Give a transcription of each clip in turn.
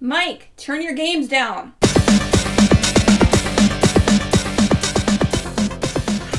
Mike, turn your games down.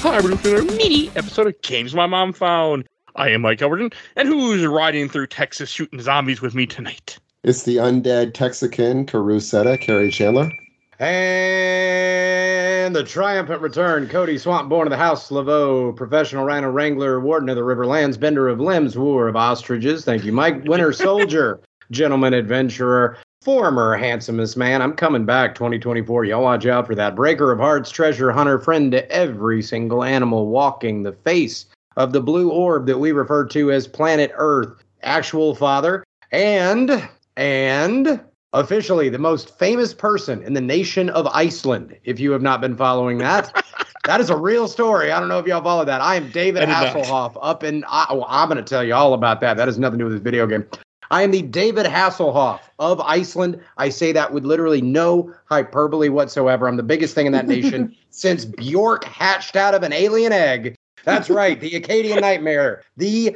Hi, we're doing another mini episode of Games My Mom Found. I am Mike Elberton, and who's riding through Texas shooting zombies with me tonight? It's the undead Texican Carusetta, Carrie Chandler. And the triumphant return, Cody Swamp, born of the House Laveau, professional rhino wrangler, warden of the Riverlands, bender of limbs, wooer of ostriches. Thank you, Mike. Winter soldier, gentleman adventurer, former handsomest man. I'm coming back 2024. Y'all watch out for that. Breaker of hearts, treasure hunter, friend to every single animal walking the face of the blue orb that we refer to as planet Earth, actual father, and, and, officially the most famous person in the nation of Iceland. If you have not been following that, that is a real story. I don't know if y'all followed that. I am David I did not. Hasselhoff up in. I, oh, I'm going to tell you all about that. That has nothing to do with this video game. I am the David Hasselhoff of Iceland. I say that with literally no hyperbole whatsoever. I'm the biggest thing in that nation since Bjork hatched out of an alien egg. That's right, the Acadian Nightmare, the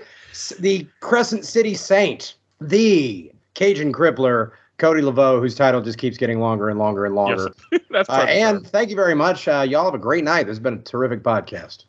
the Crescent City Saint, the Cajun Crippler, Cody Laveau, whose title just keeps getting longer and longer and Yes, longer. that's Uh, perfect. and thank you very much. Uh, y'all have a great night. This has been a terrific podcast.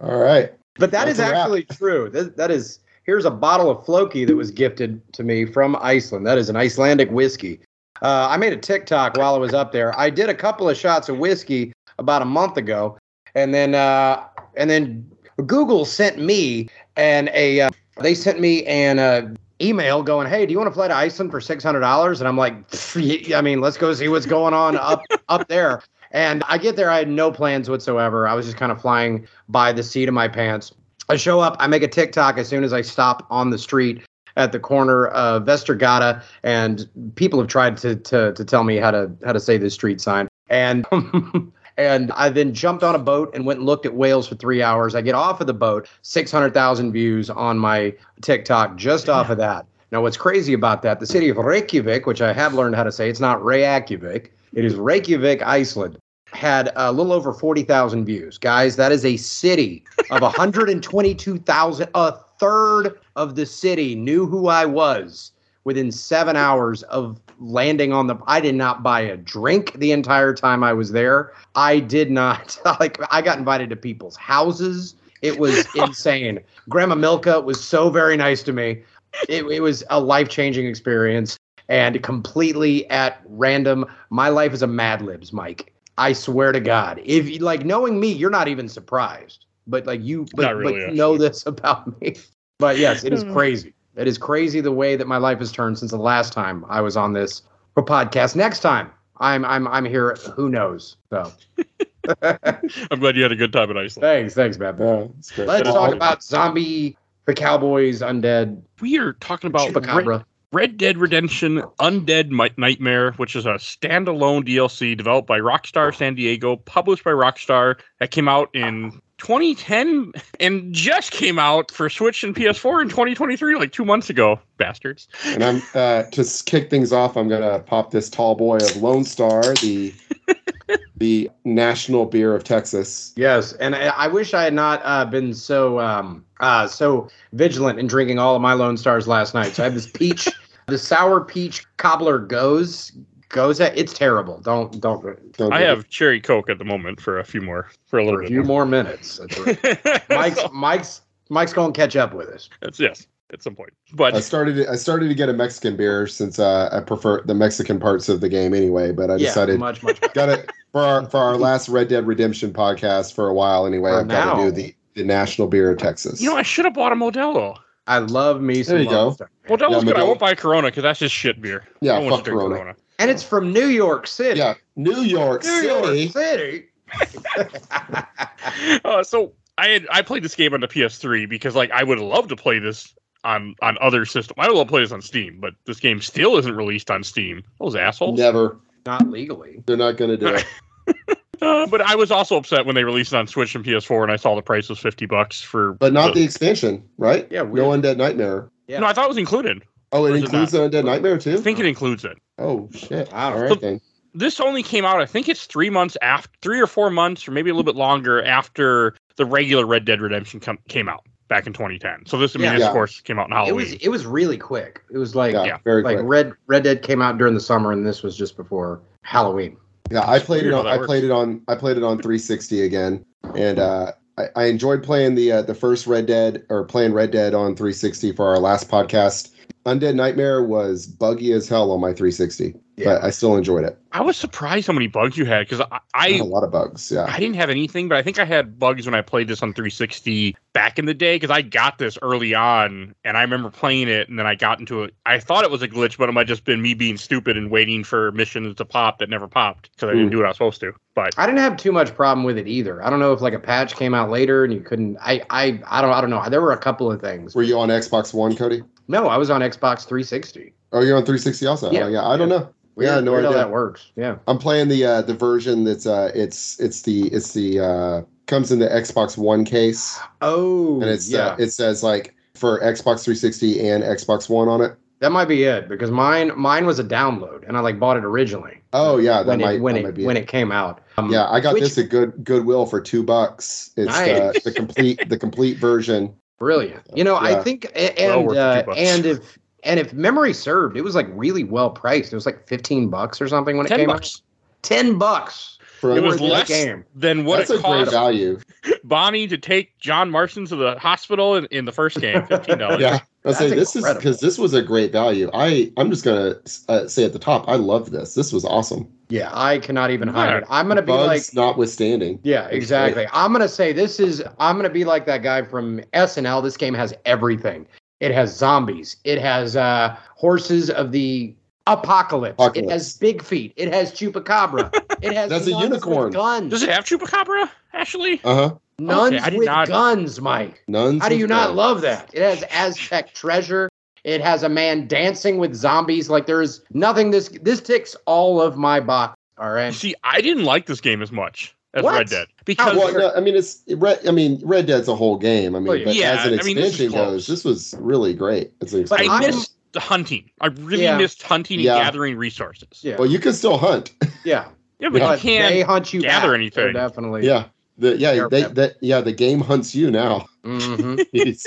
All right. But that That's is a wrap. actually true. That, that is here's a bottle of Floki that was gifted to me from Iceland. That is an Icelandic whiskey. Uh, I made a TikTok while I was up there. I did a couple of shots of whiskey about a month ago, and then uh, and then Google sent me and a uh, they sent me an uh, email going, "Hey, do you want to fly to Iceland for six hundred dollars?" And I'm like, "Pff, "I mean, let's go see what's going on up up there." And I get there, I had no plans whatsoever. I was just kind of flying by the seat of my pants. I show up, I make a TikTok as soon as I stop on the street at the corner of Vestergata, and people have tried to to to tell me how to how to say this street sign. And and I then jumped on a boat and went and looked at whales for three hours. I get off of the boat, six hundred thousand views on my TikTok just off of that. Now, what's crazy about that? The city of Reykjavik, which I have learned how to say, it's not Reykjavik, it is Reykjavik, Iceland had a little over 40,000 views. Guys, that is a city of 122,000. A third of the city knew who I was within seven hours of landing on the. I did not buy a drink the entire time I was there. I did not. Like, I got invited to people's houses. It was Oh. insane. Grandma Milka was so very nice to me. It, it was a life changing experience and completely at random. My life is a Mad Libs, Mike. I swear to God, if you like knowing me, you're not even surprised. But like you, but, Not really, but you actually. know this about me. But yes, it is crazy. It is crazy the way that my life has turned since the last time I was on this podcast. Next time I'm I'm I'm here. Who knows? So I'm glad you had a good time in Iceland. thanks, thanks, Bab. Yeah, Uh, that's great. Let's Well, talk about zombie, the cowboys, undead, We are talking about Red, chupacabra. Red Dead Redemption Undead Mi- Nightmare, which is a standalone DLC developed by Rockstar San Diego, published by Rockstar, that came out in 2010 and just came out for Switch and PS4 in 2023, like two months ago. Bastards. And I'm uh, to s- kick things off. I'm gonna pop this tall boy of Lone Star, the the national beer of Texas. Yes, and I I wish I had not uh, been so um, uh, so vigilant in drinking all of my Lone Stars last night. So I have this peach, the sour peach cobbler goes goes. It's terrible. Don't don't. Don't I give have Cherry Coke at the moment for a few more, for a little for a bit few more minutes. That's right. more. Mike's Mike's Mike's gonna catch up with us. That's yes, at some point. it. I But started. I started to get a Mexican beer since uh, I prefer the Mexican parts of the game anyway. But I yeah, decided much much. better. got it for our for our last Red Dead Redemption podcast for a while anyway. For I've got now. to do the, the national beer of Texas. you know, I should have bought a Modelo. I love me some There you Lone go. Star. Modelo's Yeah, good. I Modelo. won't buy Corona because that's just shit beer. yeah, no one fuck should drink Corona. and it's from New York City. Yeah, New York New City. York City. uh, so I had I played this game on the PS3 because like I would love to play this on on other system. I would love to play this on Steam, but this game still isn't released on Steam. Those assholes. Never. Not legally. They're not going to do it. Uh, but I was also upset when they released it on Switch and PS4, and I saw the price was fifty bucks for. But not the expansion, right? Yeah, No Undead Nightmare. Yeah. No, I thought it was included. Oh, Or it is it includes the Undead Nightmare I too? think it includes it. oh, shit. Wow. All right, then. this only came out i think it's three months after three or four months or maybe a little bit longer after the regular red dead redemption com- came out back in 2010. So this, I mean, Yeah. this Yeah. of course came out in It Halloween. was it was really quick. It was like yeah, yeah, very like quick. Red Red Dead came out during the summer, and this was just before Halloween. Yeah, I played it. weird On, how that I played it on. I played it on 360 again, and uh, I, I enjoyed playing the uh, the first Red Dead or playing Red Dead on 360 for our last podcast. Undead Nightmare was buggy as hell on my 360, but I still enjoyed it. I was surprised how many bugs you had because I, I had a I lot of bugs. Yeah, I didn't have anything, but I think I had bugs when I played this on 360 back in the day because I got this early on and I remember playing it and then I got into it. I thought it was a glitch, but it might just been me being stupid and waiting for missions to pop that never popped because I didn't Mm. do what I was supposed to. But I didn't have too much problem with it either. I don't know if like a patch came out later and you couldn't. I I I don't I don't know. There were a couple of things. were you on Xbox One, Cody? No, I was on Xbox 360. Oh, you're on 360 also. Yeah. oh, yeah. I don't know. Weird, Yeah, no weird how idea. that works. Yeah. I'm playing the uh, the version that's uh, it's it's the it's the uh, comes in the Xbox One case, Oh, and it's yeah. uh, it says like for Xbox 360 and Xbox One on it. that might be it because mine mine was a download and I like bought it originally. Oh yeah, that when might it when that it might be when it. it came out. Um, Yeah, I got which- this at good Goodwill for two bucks. It's uh, Nice. the complete the complete version. Brilliant. You know, I Yeah. think a- Well and worth the uh, two bucks. and if and if memory served, it was like really well priced. It was like fifteen bucks or something when it 10 came bucks. out. Ten bucks. For It was for this less game. than what that's it a great cost value. Bonnie to take John Marston to the hospital in, in the first game. Fifteen dollars. Yeah, I'll say That's this is incredible. because this was a great value. I I'm just gonna uh, say at the top, I love this. This was awesome. Yeah, I cannot even hide Yeah. it. I'm gonna be Bugs like notwithstanding. Yeah, great. exactly. I'm gonna say this is I'm gonna be like that guy from SNL. This game has everything. It has zombies. It has uh horses of the apocalypse. It Apocalypse. has big feet. It has chupacabra. It has That's a nuns with unicorn. Guns. Does it have Chupacabra? Actually, Uh huh. nuns Okay, I did with not- guns, Mike. Nuns. How do with you not guns. love that? It has Aztec treasure. It has a man dancing with zombies. Like there is nothing. This this ticks all of my box. All right. see, I didn't like this game as much as What? Red Dead because Well, no, I mean, it's Red. I mean, Red Dead's a whole game. I mean, Oh, yeah. but Yeah, as an I mean, this is expansion close. goes, this was really great. It's an But expansion. I I'm- missed the hunting. I really Yeah. missed hunting Yeah. and gathering resources. Yeah. well, you can still hunt. Yeah. Yeah, but But you can't. they hunt you gather back. anything. So Definitely. Yeah. The, yeah, Fair they, enough. that, yeah, the game hunts you now. Mhm. It's-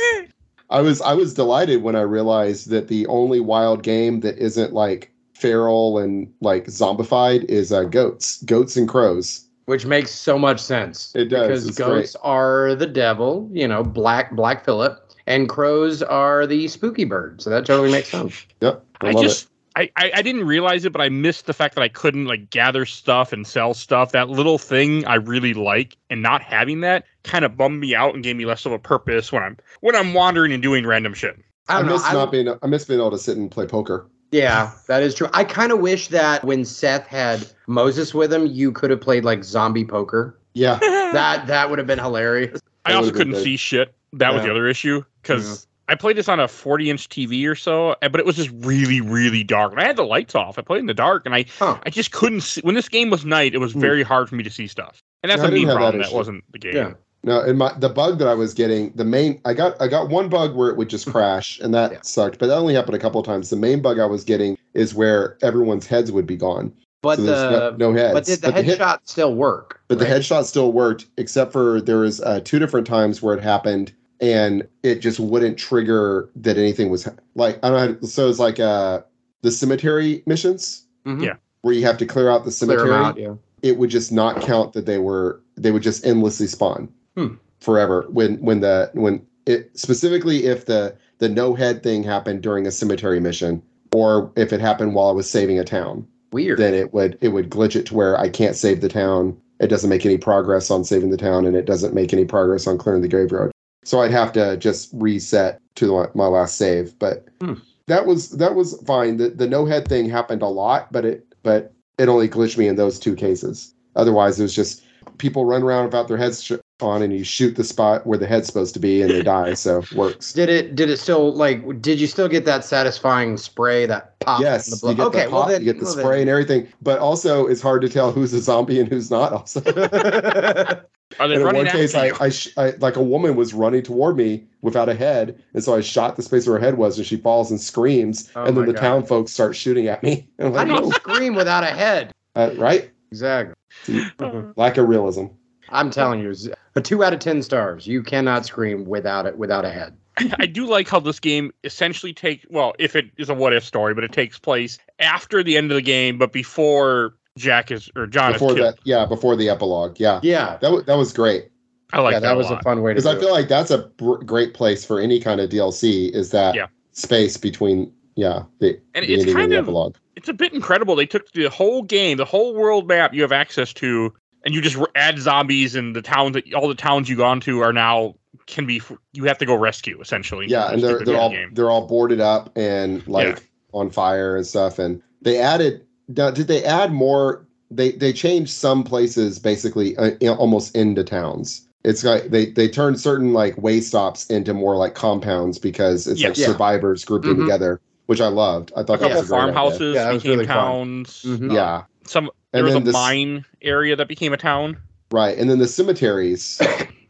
I was I was delighted when I realized that the only wild game that isn't like feral and like zombified is uh, goats, goats and crows. Which makes so much sense. It does. Because It's goats are the devil, you know, black black Philip, and crows are the spooky bird. So that totally makes sense. Yep, I, I, love just. I, I, I didn't realize it, but I missed the fact that I couldn't like gather stuff and sell stuff. That little thing I really like, and not having that kind of bummed me out and gave me less of a purpose when I'm when I'm wandering and doing random shit. it. I I, don't know. miss I- not being I miss being able to sit and play poker. yeah, that is true. I kind of wish that when Seth had Moses with him, you could have played like zombie poker. Yeah, That that would have been hilarious. I That also would've been couldn't great. see shit. That was Yeah. the other issue because I played this on a 40 inch TV or so, and- but it was just really, really dark. And I had the lights off. I played in the dark, and I Huh. I just couldn't see. When this game was night, it was Hmm. very hard for me to see stuff. And that's Yeah, I a me didn't have that problem. That, issue. wasn't the game. Yeah. no, and my the bug that I was getting the main I got I got one bug where it would just crash and that Yeah. sucked, but that only happened a couple of times. The main bug I was getting is where everyone's heads would be gone, But so there's the no, no heads. but did the hit- headshot still work? But the right? headshot still worked, except for there was uh, two different times where it happened, and it just wouldn't trigger that anything was like I don't. know. So it's like uh, the cemetery missions Mhm. Yeah. where you have to clear out the Clear 'em cemetery. out, yeah. It would just not count that they were they would just endlessly spawn Hmm. forever when when the when it specifically if the the no head thing happened during a cemetery mission or if it happened while I was saving a town Weird. then it would it would glitch it to where I can't save the town. It doesn't make any progress on saving the town, and it doesn't make any progress on clearing the graveyard. So I'd have to just reset to the, my last save. But Hmm. that was that was fine. The the no head thing happened a lot, but it but it only glitched me in those two cases. Otherwise, it was just people run around without their heads sh- on, and you shoot the spot where the head's supposed to be, and they die. So it works. Did it? Did it still like? Did you still get that satisfying spray that pop? Yes, in the you blood? get okay, the well pop, then you get the well spray then. and everything. But also, it's hard to tell who's a zombie and who's not. Also. Are they And in running one after case, I, you? I, sh- I like a woman was running toward me without a head, and so I shot the space where her head was, and she falls and screams, Oh and then my the God. town folks start shooting at me. And I'm I like, don't no, scream without a head. uh, right? Exactly. Lack of realism. I'm telling you, z- a two out of ten stars. You cannot scream without it without a head. I do like how this game essentially takes well, if it is a what if story, but it takes place after the end of the game, but before Jack is or John before is killed. that, yeah, before the epilogue, yeah, Yeah, that w- that was great I like yeah, that, that, was a a lot. fun way to. because Do I feel it. like that's a br- great place for any kind of DLC is that Yeah. space between yeah the, And the it's ending kind and the of- epilogue. it's a bit incredible. They took the whole game, the whole world map you have access to, and you just r- add zombies and the towns that all the towns you gone to are now can be f- you have to go rescue essentially. Yeah, and Just they're to they're beat the all game. they're all boarded up and like on fire and stuff. And they added now, did they add more? They they changed some places basically uh, in- almost into towns. It's like they they turned certain like way stops into more like compounds because it's Yeah. like Yeah. survivors grouping Mm-hmm. Mhm. together, which I loved. I a thought that couple was a great idea. farmhouses Yeah, that was became really fun. towns. Mhm. Uh, Yeah, some there and was a then this, mine area that became a town. right, and then the cemeteries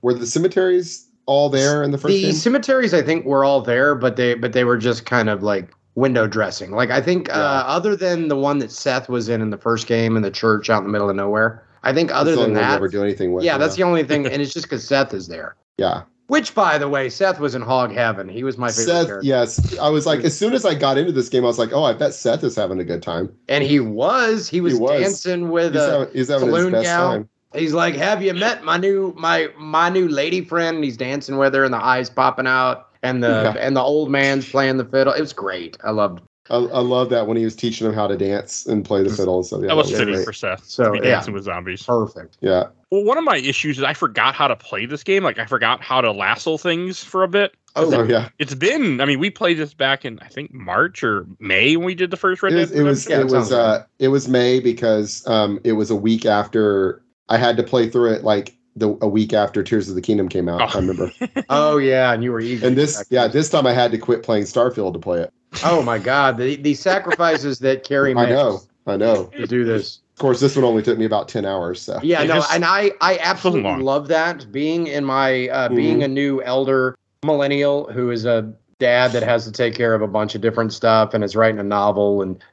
were the cemeteries all there in the first the game. cemeteries i think were all there but they but they were just kind of like window dressing like i think Yeah. uh, other than the one that seth was in in the first game in the church out in the middle of nowhere i think other That's the than only one they that ever do anything with. yeah that's the only thing and it's just because seth is there yeah. which by the way seth was in hog heaven he was my favorite Seth, character yes. I was like, as soon as I got into this game, I was like, oh, I bet Seth is having a good time. and he was he was, He was. dancing with He's, uh, having, he's having his saloon best gal. time. He's like, "Have you met my new my my new lady friend?" And he's dancing with her, and the eyes popping out, and the Yeah. and the old man's playing the fiddle. It was great. I loved. It. I, I love that when he was teaching him how to dance and play the fiddle. So yeah, that was was fitting great. for Seth to So, be yeah. dancing with zombies. Perfect. Yeah, Well, one of my issues is I forgot how to play this game. Like I forgot how to lasso things for a bit. oh yeah. It's been, I mean, we played this back in I think March or May when we did the first Red It Dead. was it was, Yeah, Redemption. it that was sounds uh it was May because um it was a week after I had to play through it like the a week after Tears of the Kingdom came out. Oh. I remember. Oh yeah, and you were eager. And to this check yeah this time I had to quit playing Starfield to play it. Oh my God, the the sacrifices that Carrie I makes know. I know. to do this. Of course, this one only took me about ten hours. So Yeah, It no, is- and I I absolutely long. love that being in my uh, Mm-hmm. being a new elder millennial who is a dad that has to take care of a bunch of different stuff and is writing a novel and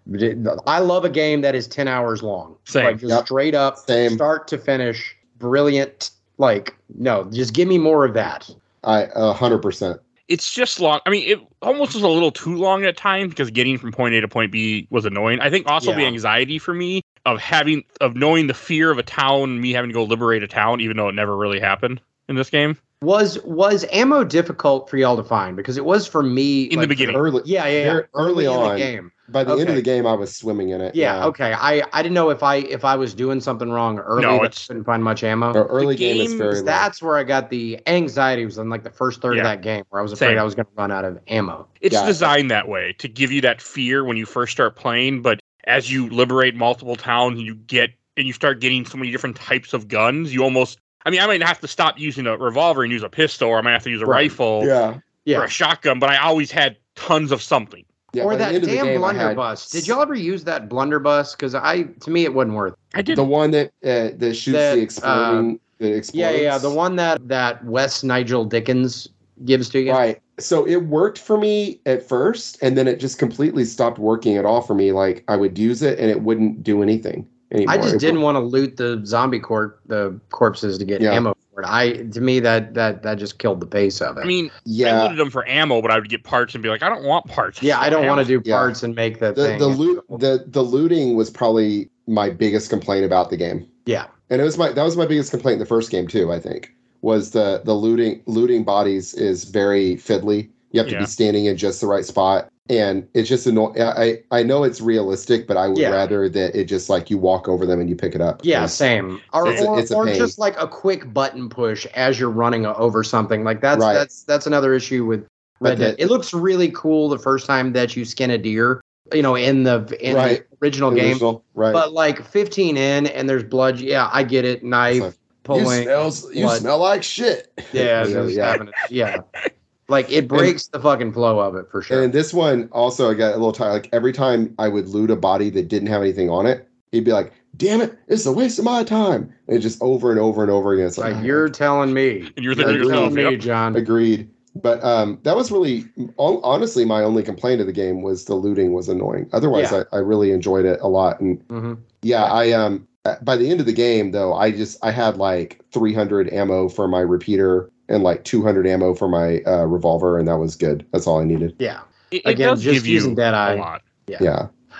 I love a game that is 10 hours long. Same. Like just Yep. straight up Same. start to finish brilliant like no, just give me more of that. I a hundred percent. it's just long. I mean, it almost was a little too long at times because getting from point A to point B was annoying. I think also the Yeah. anxiety for me of having of knowing the fear of a town, me having to go liberate a town, even though it never really happened in this game. Was was ammo difficult for y'all to find because it was for me In the like, beginning. Early Yeah, yeah, yeah. Very early in the on. game. by the end Okay. of the game, I was swimming in it. Yeah, okay. I I didn't know if I if I was doing something wrong early. No, No, it's- I couldn't find much ammo. Our early The game, is game very is long. That's where I got the anxiety was in like the first third Yeah. of that game where I was afraid Same. I was going to run out of ammo. It's Yeah. designed that way to give you that fear when you first start playing, but as you liberate multiple towns and you get and you start getting so many different types of guns, you almost I mean, I might have to stop using a revolver and use a pistol, or I might have to use a Right. rifle yeah. or Yeah. a shotgun, but I always had tons of something. yeah. or by the that end of the damn game, I had blunderbuss. Did y'all ever use that blunderbuss? Because I to me it wasn't worth. It. I did The one that uh, that shoots That, the exploding. the Yeah, explodes. yeah. The one that that Wes Nigel Dickens gives to you. Right. So it worked for me at first, and then it just completely stopped working at all for me. Like I would use it, and it wouldn't do anything anymore. I just It didn't wouldn't- want to loot the zombie corp the corpses to get Yeah. ammo for it. I to me that that that just killed the pace of it. I mean, I Yeah. looted them for ammo, but I would get parts and be like, I don't want parts. yeah, I don't want to do Yeah. parts and make that The thing. the loot the the looting was probably my biggest complaint about the game. yeah. and it was my that was my biggest complaint in the first game too. I think was the the looting looting bodies is very fiddly. You have to Yeah. be standing in just the right spot, and it's just annoying. I I know it's realistic, but I would Yeah. rather that it just like you walk over them and you pick it up. Yeah, It's- same. Or, it's a- or, it's a or pain. just like a quick button push as you're running o- over something. Like that's Right. that's that's another issue with But Red Dead. the- it looks really cool the first time that you skin a deer, you know, in the in Right. the original game. original- right? But like 15 in and there's blood. Yeah, I get it. Knife It's like, pulling. smells, blood. like shit. yeah, You know, just yeah. having it- yeah. Like it breaks the fucking flow of it for sure. And this one also, I got a little tired. Like every time I would loot a body that didn't have anything on it, he'd be like, "Damn it, it's a waste of my time." And it just over and over and over again. It's like, "Oh, like you're telling me. And you're thinking Yeah, to you're yourself, Telling me, yep, John. Agreed. But um, that was really, hon- honestly, my only complaint of the game was the looting was annoying. Otherwise, Yeah. I, I really enjoyed it a lot. And hmm yeah, I um, uh, by the end of the game though i just i had like 300 ammo for my repeater and like 200 ammo for my uh, revolver and that was good that's all i needed Yeah. It, it Again, does just give you using that a eye. lot. yeah,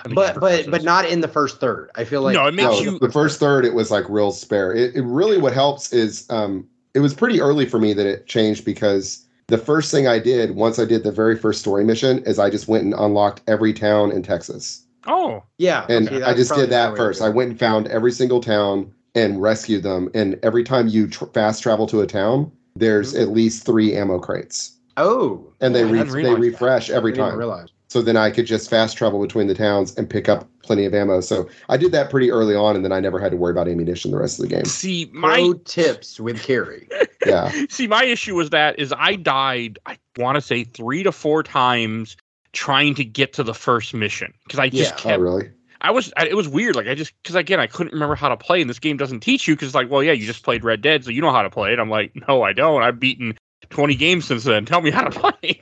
of But but extra but purposes. not in the first third. I feel like no, it makes no, you. the first third it was like real spare it, it really what helps is um it was pretty early for me that it changed because the first thing i did once i did the very first story mission is i just went and unlocked every town in texas Oh, yeah. and okay, i that's just probably did that the way to first do i it. went and found every single town and rescued them and every time you tr- fast travel to a town there's at least three ammo crates Mm-hmm. Oh. and they, Oh, I re- didn't they realize that. refresh every I didn't time realize. so then I could just fast travel between the towns and pick up plenty of ammo. So I did that pretty early on, and then I never had to worry about ammunition the rest of the game. see, my Pro tips with Carrie. Yeah, See, my issue was that is I died. I want to say three to four times trying to get to the first mission because I just Yeah. oh kept. really? I was. I, it was weird. Like I just because again I couldn't remember how to play, and this game doesn't teach you because like well yeah you just played Red Dead, so you know how to play it. I'm like no, I don't. I've beaten twenty games since then. Tell me how to play.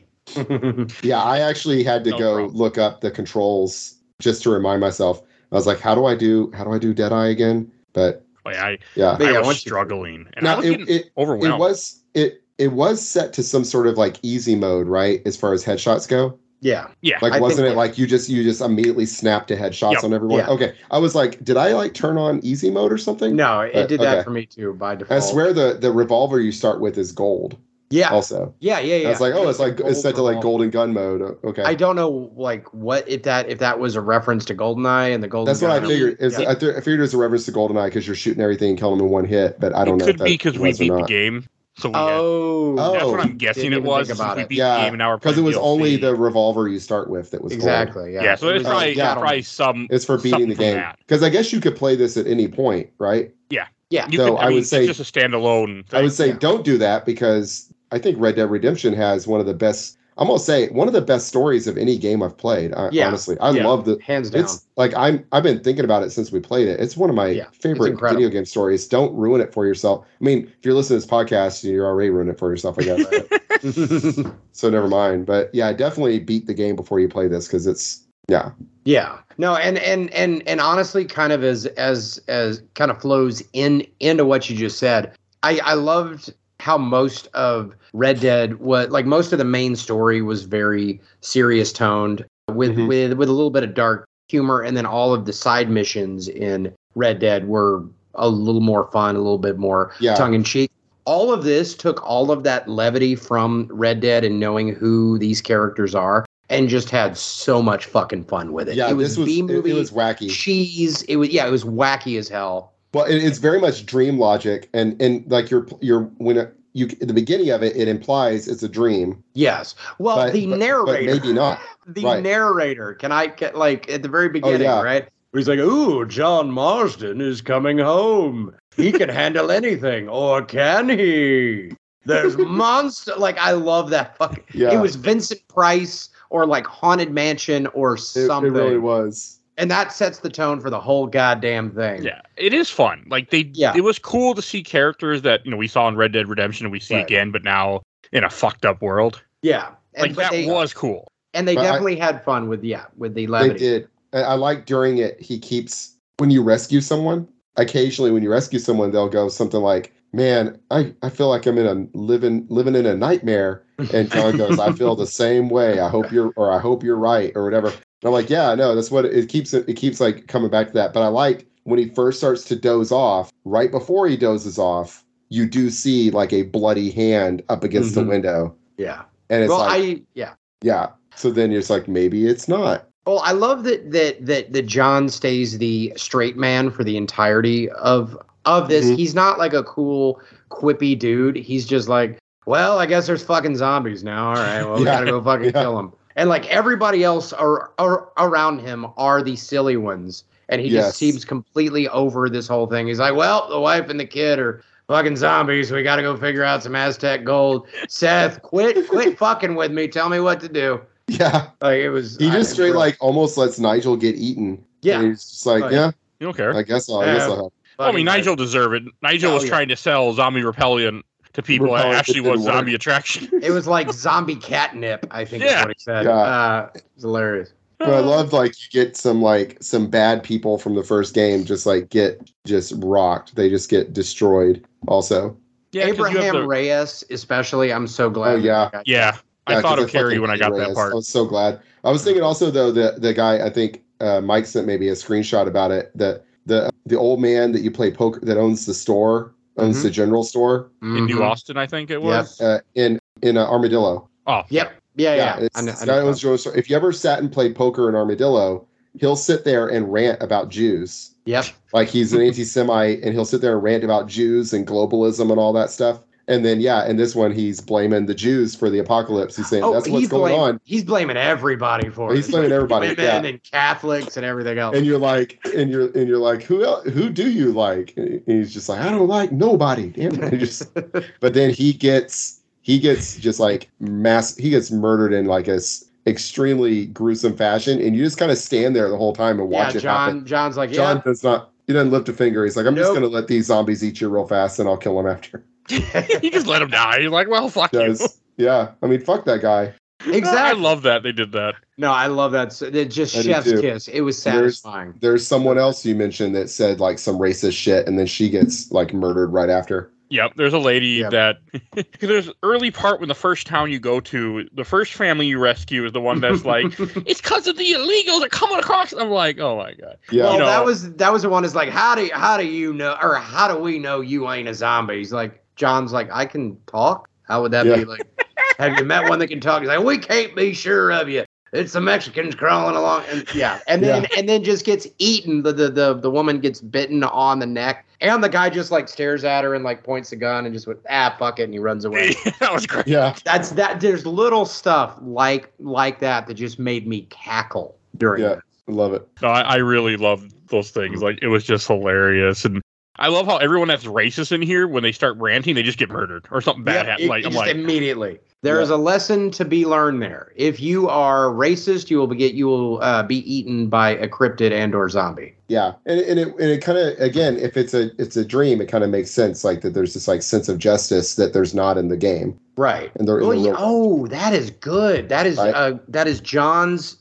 Yeah, I actually had to No go problem. look up the controls just to remind myself. I was like, how do I do? How do I do Deadeye again? But Like I, yeah, But I yeah, was once you- struggling and I now was it, getting it it overwhelmed. was it it was set to some sort of like easy mode, right? As far as headshots go. yeah. yeah, Like I wasn't think- it like you just you just immediately snapped to headshots Yep. on everyone? Yeah. Okay, I was like, did I like turn on easy mode or something? No, it But, did that okay. for me too by default. I swear the the revolver you start with is gold. Yeah. Also, Yeah, yeah, yeah. I was like, oh, it's like Gold it's set to like revolver. golden gun mode. O- Okay, I don't know like what if that if that was a reference to Goldeneye and the Golden. that's what I Gun. figured. It was, Yeah. I, th- I figured it was a reference to golden eye because you're shooting everything and killing them in one hit. But I don't it know. could if that be because we was or beat the not. game, so we had, Oh, Oh. that's what I'm Didn't guessing even it was. think since about we it. beat the Yeah, game and now we're because it playing was DLC. only the revolver you start with that was gold. exactly. Yeah. yeah. so it's was, probably uh, it's yeah. probably some It's for beating Something the from game. that. Because I guess you could play this at any point, right? You So could, I, I mean, would say- it's just a standalone. Thing. I would say yeah. don't do that because I think Red Dead Redemption has one of the best. I'm gonna say one of the best stories of any game I've played. I, Yeah. Honestly, I Yeah. love the hands down. It's like I'm I've been thinking about it since we played it. It's one of my Yeah, it's favorite incredible. video game stories. Don't ruin it for yourself. I mean, if you're listening to this podcast, you're already ruining it for yourself, I guess. so never mind. But yeah, definitely beat the game before you play this because it's yeah. yeah. No, and and and and honestly, kind of as as as kind of flows in into what you just said. I I loved how most of Red Dead was like most of the main story was very serious toned with Mhm. with with a little bit of dark humor, and then all of the side missions in Red Dead were a little more fun, a little bit more Yeah. tongue in cheek. All of this took all of that levity from Red Dead and knowing who these characters are, and just had so much fucking fun with it. yeah, it was this was B it, movie it was wacky. cheese. It was yeah, it was wacky as hell. Well, it, it's very much dream logic, and and like you're you're when it, you at the beginning of it, it implies it's a dream, Yes. Well, But- the but- but narrator, maybe not. the Right. Oh, narrator. Can I get like at the very beginning, yeah. right? He's like, "Ooh, John Marsden is coming home. He can handle anything, or can he?" There's monster. Like I love that fucking. Yeah, It was Vincent Price or like Haunted Mansion or It- it something, really was. and that sets the tone for the whole goddamn thing. yeah, it is fun. Like they, Yeah. it was cool to see characters that you know we saw in Red Dead Redemption and we see Right. again, but now in a fucked up world. yeah. And, Like but that they, was cool. and they But I- definitely had fun with yeah with the They levity. did. I, I like during it. He keeps when you rescue someone. Occasionally, when you rescue someone, they'll go something like, "Man, I, I feel like I'm in a living living in a nightmare." And John goes, "I feel the same way. I hope you're or I hope you're right or whatever." And I'm like, "Yeah, no, that's what it, it keeps it, it keeps like coming back to that." But I like when he first starts to doze off. Right before he dozes off, you do see like a bloody hand up against Mhm. the window, Yeah. and it's Well, like, I yeah. yeah. So then it's like maybe it's not. Well, Oh, I love that that that that John stays the straight man for the entirety of of this. Mhm. He's not like a cool quippy dude. He's just like, well, I guess there's fucking zombies now. All right, well, we Yeah. gotta go fucking Yeah. kill them. And like everybody else are, are around him are the silly ones, and he Yes. just seems completely over this whole thing. He's like, well, the wife and the kid are fucking zombies. We gotta go figure out some Aztec gold. Seth, quit quit fucking with me. Tell me what to do. Yeah. Like it was. He I- just straight bro. like almost lets Nigel get eaten. yeah. And he's just like, Right. yeah, You don't care. I guess I'll, I guess I'll help. Well, I mean, Fucking Nigel deserved it. Nigel Oh, was yeah. trying to sell zombie repellent to people. Repellent, that it actually was didn't work. zombie attraction. It was like zombie catnip, I think is Yeah. what he said. Yeah. Uh, it's hilarious. But I love like you get some like some bad people from the first game just like get just rocked. They just get destroyed. Also, Yeah, 'cause you have Abraham the- Reyes, especially. I'm so glad. Oh, yeah. that guy- yeah, I Yeah, thought 'cause of Carrie fucking when I got hate that Reyes. part. I was so glad. I was thinking also though the the guy I think uh, Mike sent maybe a screenshot about it. The the the old man that you play poker that owns the store owns Mm-hmm. Mhm. the general store in New Mhm. Austin, I think it Yep. was. uh, in in uh, Armadillo. Oh, Yep. Yeah, yeah. it's- I know- it's I guy know. owns Joe's Store. If you ever sat and played poker in Armadillo, he'll sit there and rant about Jews. Yep. Like he's an anti Semite and he'll sit there and rant about Jews and globalism and all that stuff. And then, yeah, in this one, he's blaming the Jews for the apocalypse. He's saying Oh, that's what's he's going blaming, on. He's blaming everybody for He's it. blaming everybody. Women yeah. and Catholics and everything else. And you're like, and you're and you're like, who el who do you like? And he's just like, I don't like nobody. Damn it. He just, but then he gets he gets just like mass. He gets murdered in like a s- extremely gruesome fashion, and you just kind of stand there the whole time and watch yeah, it John. happen. John's like, John yeah, does not. He doesn't lift a finger. He's like, I'm just Nope. gonna let these zombies eat you real fast, and I'll kill them after. you just let him die. You're like, well, fuck you. Does yeah? I mean, fuck that guy. I exactly. love that they did that. no, I love that. So- It just I do chef's too. kiss. It was There's- satisfying. There's someone else you mentioned that said like some racist shit, and then she gets like murdered right after. Yep, there's a lady Yep. that because there's early part when the first town you go to, the first family you rescue is the one that's like, it's because of the illegals that coming across. I'm like, oh my god. Yeah. well, you know- that was that was the one. Is like, how do how do you know, or how do we know you ain't a zombie? He's like, John's like, I can talk. How would that Yeah. be like? Have you met one that can talk? He's like, we can't be sure of you. It's the Mexicans crawling along, and yeah, and then and then just gets eaten. The, the the the woman gets bitten on the neck, and the guy just like stares at her and like points a gun and just went ah fuck it, and he runs away. that was great. Yeah. That's that. There's little stuff like like that that just made me cackle during. Yeah. that. I love it. No, I, I really love those things. Like it was just hilarious, and I love how everyone that's racist in here when they start ranting, they just get murdered or something bad Yeah, happens. it- Like it I'm just like, immediately. There is Yeah. a lesson to be learned there. If you are racist, you will be get you will uh, be eaten by a cryptid and or zombie. Yeah, and, and it and it kind of again, if it's a it's a dream, it kind of makes sense. Like that, there's this like sense of justice that there's not in the game, Right. and they're in Oh, the yeah. real- oh, that is good. That is Right. uh, that is John's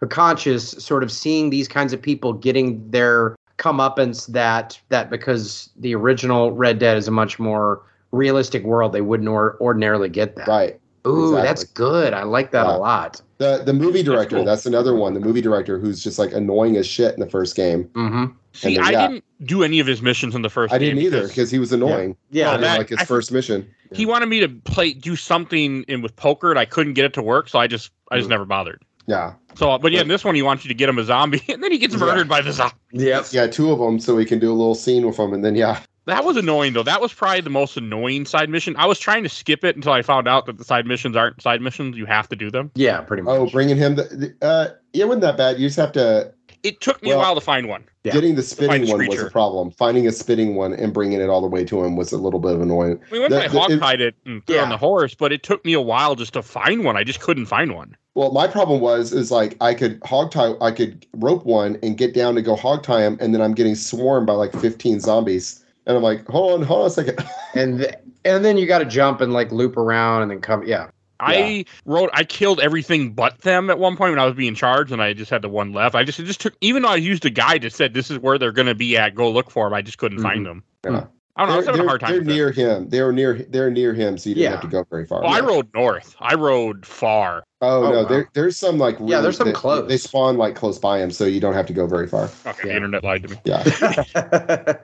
subconscious sort of seeing these kinds of people getting their comeuppance that that because the original Red Dead is a much more realistic world, they wouldn't or- ordinarily get that. right. Ooh, that's exactly. good. I like that Yeah. a lot. The the movie That's director, cool. that's, another one. The movie director who's just like annoying as shit in the first game. hmm see, then, I yeah. didn't do any of his missions in the first. I didn't game either because- because he was annoying. Yeah. Oh, in, that- like his I- first mission. he wanted me to play do something in with poker and i couldn't get it to work so i just i Mm. just never bothered Yeah, so uh, but yeah in this one he wants you to get him a zombie and then he gets Yeah. murdered by the zombie Yep. yeah, two of them, so he can do a little scene with them, and then yeah, that was annoying though that was probably the most annoying side mission i was trying to skip it until i found out that the side missions aren't side missions you have to do them Yeah, pretty much. oh, bringing him the, the uh, it wasn't that bad. You just have to it took me a Well- while to find one Yeah. getting the Find spinning the one was creature. a problem. Finding a spinning one and bringing it all the way to him was a little bit of annoying. we went The- by the- it- hogtied it and threw it on Yeah. the horse but it took me a while just to find one i just couldn't find one Well, my problem was is like I could hog tie, I could rope one and get down to go hog tie him, and then I'm getting swarmed by like 15 zombies, and I'm like, hold on, hold on a second. and th- and then you got to jump and like loop around and then come. Yeah, I wrote I killed everything but them at one point when I was being charged and I just had the one left. I just it just took even though I used a guide that said this is where they're gonna be at, go look for them. I just couldn't find Mm-hmm. them. Yeah. Hmm. I don't know, Oh, I was they're having a they're- hard time. they're with it. near him. They're near. They're near him, so you didn't Yeah. have to go very far. Oh, I Yeah. rode north. I rode far. Oh, Oh, no, wow. there, there's some like Yeah, there's some they- close. They spawn like close by him, so you don't have to go very far. Okay, the Yeah. internet lied to me. Yeah.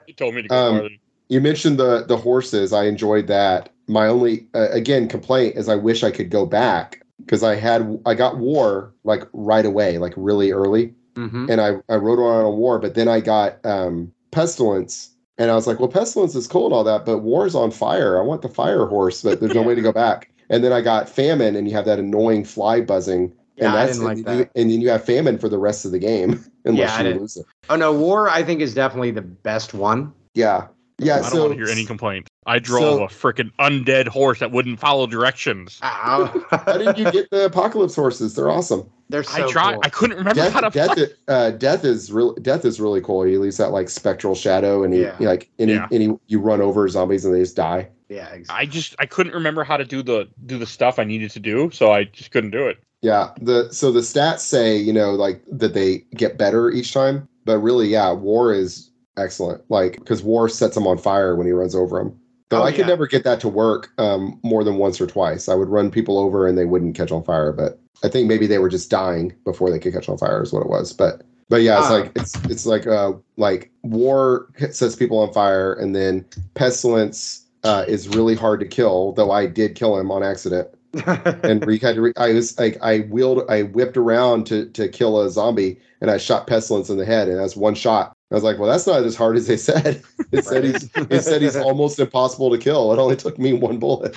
It told me to go Um, farther. You mentioned the the horses. I enjoyed that. My only uh, again complaint is I wish I could go back because I had I got war like right away, like really early. Mhm. and I, I rode on a war, but then I got um, pestilence. And I was like, well, pestilence is cool and all that, but war's on fire. I want the fire horse, but there's no way to go back. And then I got famine, and you have that annoying fly buzzing. yeah, and I didn't like and that. You, and then you have famine for the rest of the game, unless Yeah, I you didn't- lose it. oh no, war I think is definitely the best one. Yeah. Yeah. I don't so want to hear any complaints. I drove so- a freaking undead horse that wouldn't follow directions. how Ow. did you get the apocalypse horses? They're awesome. They're so I tried cool. I couldn't remember how to Death, fuck- death, uh, death is real. Death is really cool. He leaves that like spectral shadow, and he Yeah. like any Yeah. any you run over zombies and they just die. yeah, exactly. I just I couldn't remember how to do the do the stuff I needed to do, so I just couldn't do it. Yeah. The so the stats say, you know, like that they get better each time, but really, yeah, War is excellent. Like because War sets him on fire when he runs over him. Though Oh, I could yeah. never get that to work um, more than once or twice. I would run people over and they wouldn't catch on fire, but I think maybe they were just dying before they could catch on fire is what it was. But but yeah, it's Ah. like it's it's like uh like war sets people on fire and then pestilence uh, is really hard to kill, though I did kill him on accident and we had to re- I was like I wheeled I whipped around to to kill a zombie and I shot pestilence in the head and that's one shot. I was like, well, that's not as hard as they said. It said he's it said he's almost impossible to kill. It only took me one bullet.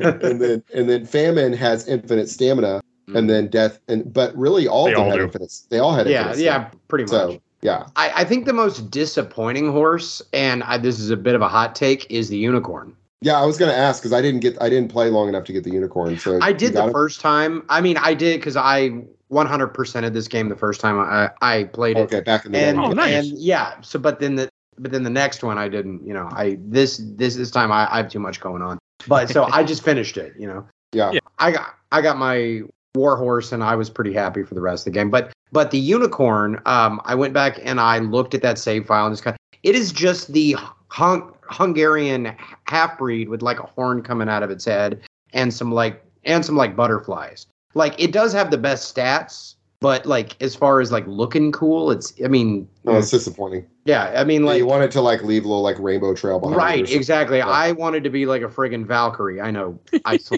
And then and then famine has infinite stamina and then death and but really all They of them all had do. infinite. They all had Mm. yeah, infinite. yeah, pretty stamina. much. So yeah, I, I think the most disappointing horse, and I, this is a bit of a hot take, is the unicorn. yeah. I was gonna ask because I didn't get I didn't play long enough to get the unicorn. So I you did got the him? first time. I mean, I did because I 100% of this game the first time I, I played it. Okay, back in the and, day. Oh, nice. and yeah so but then the but then the next one i didn't you know i this this this time i, I have too much going on but so i just finished it you know Yeah. Yeah. i got i got my war horse and i was pretty happy for the rest of the game but but the unicorn um i went back and i looked at that save file and just kind of, it is just the hung, hungarian half breed with like a horn coming out of its head and some like and some like butterflies like it does have the best stats but like as far as like looking cool it's i mean Oh, it's disappointing. yeah, I mean, Yeah, like, you wanted to like leave a little like rainbow trail behind. right, you or exactly. Yeah. I wanted to be like a friggin' Valkyrie. I know, I, sl-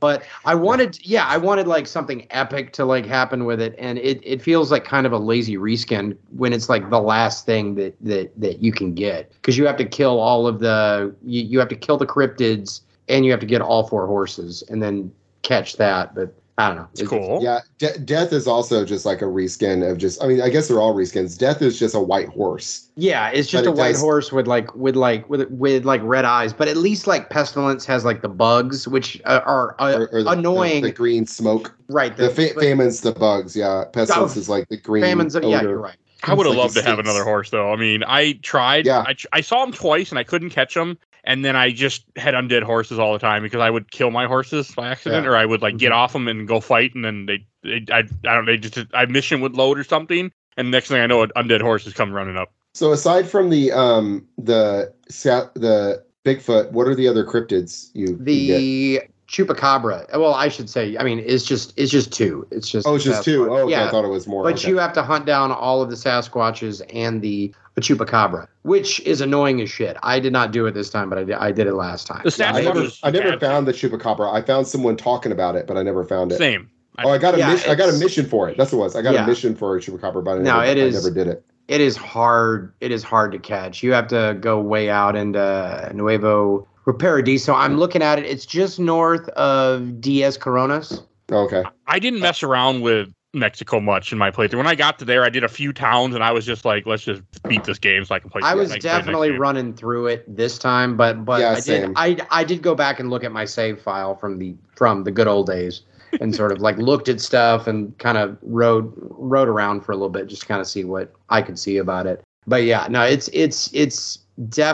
but I wanted, yeah, I wanted like something epic to like happen with it, and it it feels like kind of a lazy reskin when it's like the last thing that that that you can get because you have to kill all of the you, you have to kill the cryptids and you have to get all four horses and then catch that. But I don't know. It's cool. something. Yeah, De- death is also just like a reskin of just. I mean, I guess they're all reskins. Death is just a white horse. Yeah, it's just But a it white does- horse with like with like with with like red eyes, but at least like pestilence has like the bugs, which uh, are uh, or, or the, annoying. The, the green smoke. right. The, fa- but famine's the bugs. Yeah, pestilence Oh, is like the green. famines. Odor. Yeah, you're right. I would have It's like loved it to have stinks. another horse, though. I mean, I tried. Yeah. I, tr- I saw him twice and I couldn't catch him. And then I just had undead horses all the time because I would kill my horses by accident, Yeah. or I would like Mm-hmm. get off them and go fight, and then they, they I, I don't, they just, I mission would load or something, and next thing I know, an undead horse is coming running up. So aside from the um the sa- the Bigfoot, what are the other cryptids you, The you get? chupacabra. Well, I should say. I mean, it's just it's just two. It's just Oh, it's just two. Sasquatch. Oh, okay, yeah. I thought it was more. but okay. you have to hunt down all of the Sasquatches and the chupacabra, which is annoying as shit. I did not do it this time, but I did, I did it last time. The Yeah, I Sasquatch never, was I never bad. found the chupacabra. I found someone talking about it, but I never found it. Same. Oh, I got a Yeah, mission. I got a it's- mission for it. That's what it was. I got Yeah. a mission for a chupacabra, but I No, never, it I is- never did it. it is hard it is hard to catch you have to go way out into nuevo paradiso i'm looking at it it's just north of diaz coronas Okay. I didn't mess around with Mexico much in my playthrough. When I got to there, I did a few towns, and I was just like, let's just beat this game so I can play. i was I can play next definitely game. running through it this time but but Yeah, i did same. I, I did go back and look at my save file from the from the good old days and sort of like looked at stuff and kind of rode rode around for a little bit just to kind of see what i could see about it but yeah no it's it's it's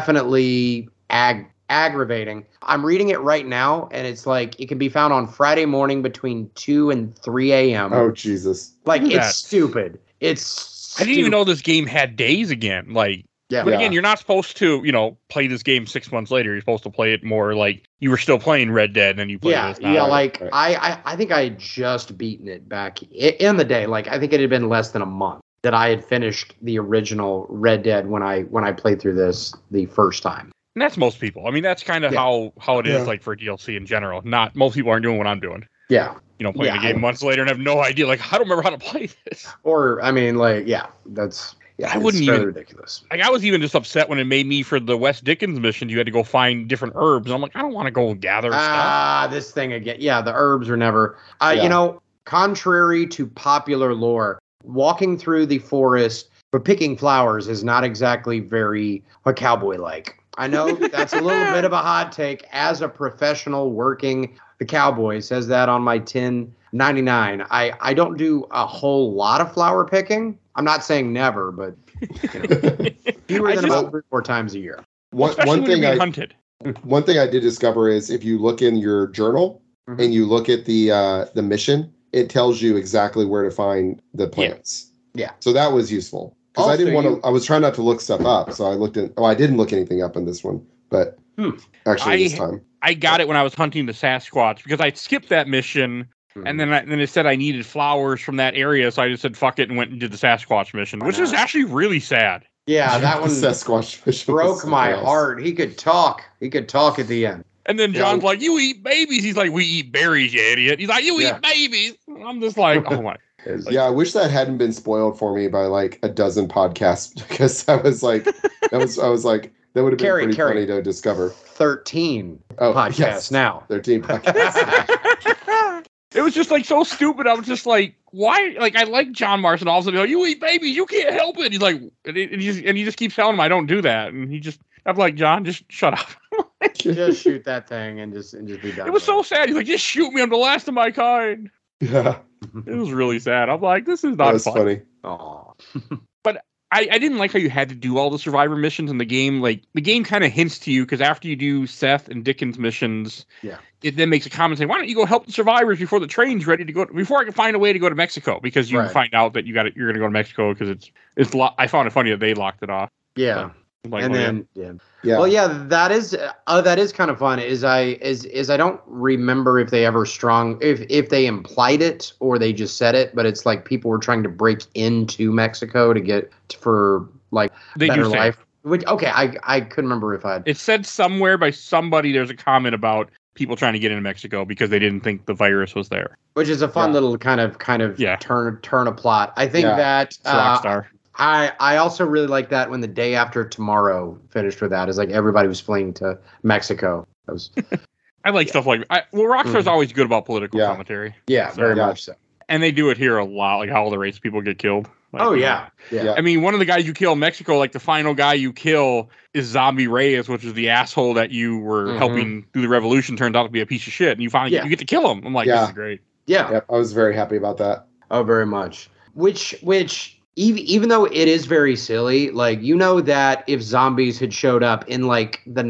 definitely ag- aggravating i'm reading it right now and it's like it can be found on friday morning between 2 and 3 a.m Oh Jesus. like look at that. it's stupid it's I didn't even stupid. know this game had days again. Like, yeah But Yeah. again, you're not supposed to, you know, play this game six months later. You're supposed to play it more like you were still playing Red Dead and then you played yeah, this now. yeah. Right, Like right. I, I, I think I had just beaten it back i- in the day. Like I think it had been less than a month that I had finished the original Red Dead when I when I played through this the first time. And that's most people. I mean, that's kind of Yeah. how how it is Yeah. like for DLC in general. Not most people aren't doing what I'm doing. Yeah. You know, playing Yeah, the game I- months later and have no idea. Like, I don't remember how to play this. Or I mean, like yeah, that's yeah. I it's wouldn't fairly even- ridiculous. Like, I was even just upset when it made me for the West Dickens mission. You had to go find different herbs. I'm like, I don't want to go gather stuff. Ah, this thing again. Yeah, the herbs are never. Uh, Yeah. You know, contrary to popular lore, walking through the forest but picking flowers is not exactly very cowboy like. I know that's a little bit of a hot take. As a professional working the cowboy says that on my 1099. I I don't do a whole lot of flower picking. I'm not saying never, but fewer I just- than about three or four times a year. one Especially one when thing you're I being hunted. one thing I did discover is if you look in your journal Mhm. and you look at the uh, the mission, it tells you exactly where to find the plants. Yeah. So that was useful because I Also, didn't want you- to. I was trying not to look stuff up, so I looked in. Oh, I didn't look anything up in this one, but Hmm. actually I- this time, I got it when I was hunting the Sasquatch because I skipped that mission Hmm. and then I, then it said I needed flowers from that area, so I just said fuck it and went and did the Sasquatch mission, Why which is not? actually really sad. yeah, that one Sasquatch mission was broke something my else. heart. He could talk. He could talk at the end. And then Yeah. John's like, "You eat babies." He's like, "We eat berries, you idiot." He's like, "You Yeah. eat babies." I'm just like, "Oh my!" Is- yeah, I wish that hadn't been spoiled for me by like a dozen podcasts because I was like, that was I was like that would have been Carrie, pretty Carrie. funny to discover. Thirteen Oh, podcasts yes, now. thirteen podcasts. It was just like so stupid. I was just like, "Why?" Like I like John Marston. All of a sudden, you eat babies. You can't help it. He's like, and he, and he just, and he just keeps telling him, "I don't do that." And he just, I'm like, "John, just shut up." just shoot that thing and just and just be done. It was so with sad. He's like, "Just shoot me. I'm the last of my kind." yeah, It was really sad. I'm like, "This is that not was fun." funny. Aw. I, I didn't like how you had to do all the survivor missions in the game. Like the game kind of hints to you because after you do Seth and Dickens missions, Yeah. it then makes a comment saying, "Why don't you go help the survivors before the train's ready to go? Before I can find a way to go to Mexico because you Right. find out that you got you're going to go to Mexico because it's it's. Lo- I found it funny that they locked it off. Yeah, I'm Like, and oh, yeah. then yeah. Yeah, Well, yeah, that is uh, that is kind of fun. Is I is is I don't remember if they ever strong if if they implied it or they just said it, but it's like people were trying to break into Mexico to get for like they better do say life. Which okay, I I couldn't remember if I. it said somewhere by somebody. There's a comment about people trying to get into Mexico because they didn't think the virus was there. Which is a fun Yeah. little kind of kind of Yeah. turn turn a plot. I think Yeah. that It's uh, Rockstar. I I also really like that when the day after tomorrow finished with that is like everybody was fleeing to Mexico. That was I like stuff like I, well, Rockstar's Mhm. always good about political Mm-hmm. Yeah. commentary. yeah, very Yeah. much so. and they do it here a lot, like how all the race people get killed. Like, Oh yeah, yeah. Yeah. I mean, one of the guys you kill in Mexico, like the final guy you kill is Zombie Reyes, which is the asshole that you were Mm-hmm. Mhm. helping through the revolution, turns out to be a piece of shit, and you finally Yeah. you get to kill him. I'm like, Yeah. this is great. yeah. yeah, I was very happy about that. Oh, very much. Which, which, even even though it is very silly, like you know that if zombies had showed up in like the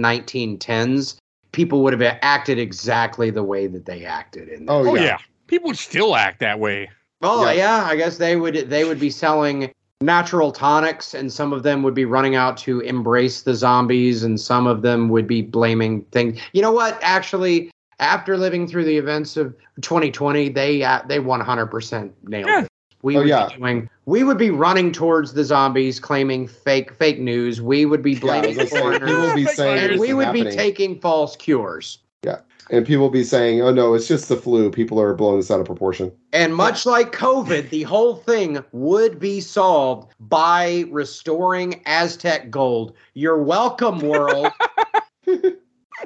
1910s, people would have acted exactly the way that they acted in. Oh, Oh yeah. yeah. people would still act that way. Oh Yeah. yeah. I guess they would they would be selling natural tonics and some of them would be running out to embrace the zombies and some of them would be blaming things. You know what? Actually, after living through the events of 2020, they uh, they 100% nailed Yeah. it. We Oh, would yeah. be doing we would be running towards the zombies claiming fake fake news. We would be Yeah, I was blaming gonna say, foreigners. people will be Like, saying "Hey, this and we is would be happening," taking false cures. and people will be saying, "Oh no, it's just the flu." People are blowing this out of proportion. And much like COVID, the whole thing would be solved by restoring Aztec gold. You're welcome, world.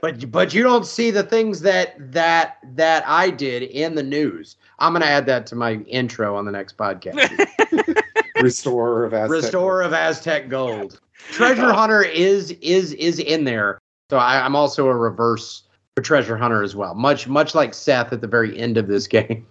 but but you don't see the things that that that I did in the news. I'm gonna add that to my intro on the next podcast. Restorer of Aztec. Restore of Aztec gold. Treasure Hunter is is is in there. So I, I'm also a reverse for Treasure Hunter as well. Much much like Seth at the very end of this game.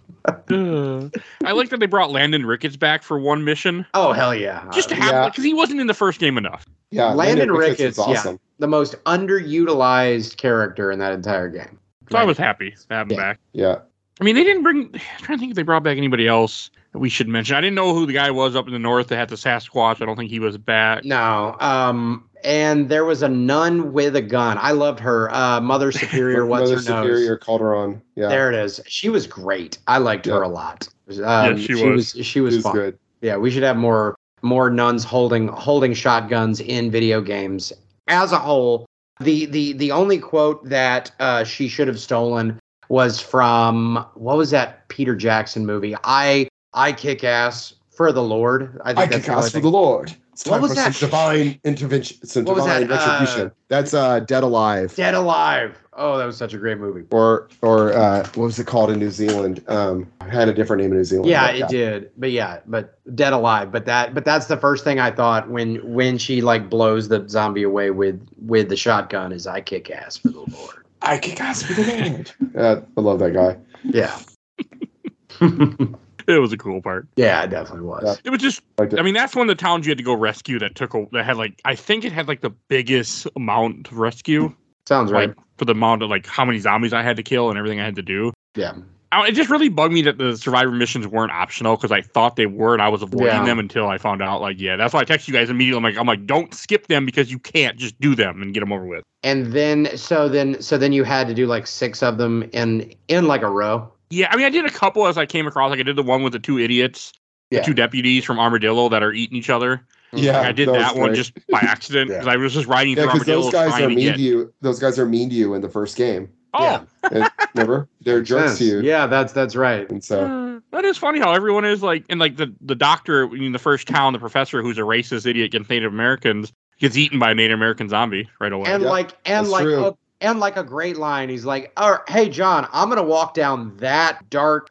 I like that they brought Landon Ricketts back for one mission, Oh hell yeah! just to Uh, have yeah. because he wasn't in the first game enough. Yeah, Landon Ricketts, was yeah. awesome. the most underutilized character in that entire game. So I was happy to have him Yeah. back. Yeah. I mean, they didn't bring. I'm trying to think if they brought back anybody else that we should mention. I didn't know who the guy was up in the north that had the Sasquatch. I don't think he was back. No, um, and there was a nun with a gun. I loved her. Uh, Mother Superior, what's Mother her Superior nose? Calderon. Yeah, There it is. She was great. I liked her Yeah. a lot. Um, she was. was. She it was was fun. good. Yeah, we should have more more nuns holding holding shotguns in video games as a whole. The the the only quote that uh, she should have stolen was from what was that Peter Jackson movie? I I kick ass for the Lord. I think I that's kick the only ass for thing. the Lord. It's What time was for that? some divine intervention, some What was divine that? Uh, retribution. That's uh, Dead Alive, Dead Alive. Oh, that was such a great movie. or or uh, what was it called in New Zealand? Um, it had a different name in New Zealand. Yeah, but it did. But yeah, but Dead Alive. But that but that's the first thing I thought when when she like blows the zombie away with with the shotgun is I kick ass for the Lord. I kick ass for the Lord. uh, I love that guy. Yeah. It was a cool part. Yeah, it definitely was. Yeah. It was just. Liked it. I mean, that's one of the towns you had to go rescue that took a, that had like I think it had like the biggest amount of rescue Sounds right. Like- for the amount of like how many zombies I had to kill and everything I had to do. yeah. I- it just really bugged me that the survivor missions weren't optional because I thought they were and I was avoiding Yeah. them until I found out. Like, yeah, that's why I texted you guys immediately. I'm like, I'm like, don't skip them because you can't. Just do them and get them over with. And then so then so then you had to do like six of them in in like a row. Yeah, I mean, I did a couple as I came across. Like, I did the one with the two idiots, Yeah. the two deputies from Armadillo that are eating each other. Yeah, Like, I did was that one great. just by accident Yeah. because I was just riding Yeah, through because Armadillo those guys trying are to mean get. to you. Those guys are mean to you in the first game. Oh, Remember, they're jerks to you, Yeah, that's that's right. and so Uh, that is funny how everyone is like, and like the the doctor in the first town, the professor who's a racist idiot against Native Americans gets eaten by a Native American zombie right away. And Yeah, like and that's like true. a, and like a great line. He's like, "All right, hey John, I'm gonna walk down that dark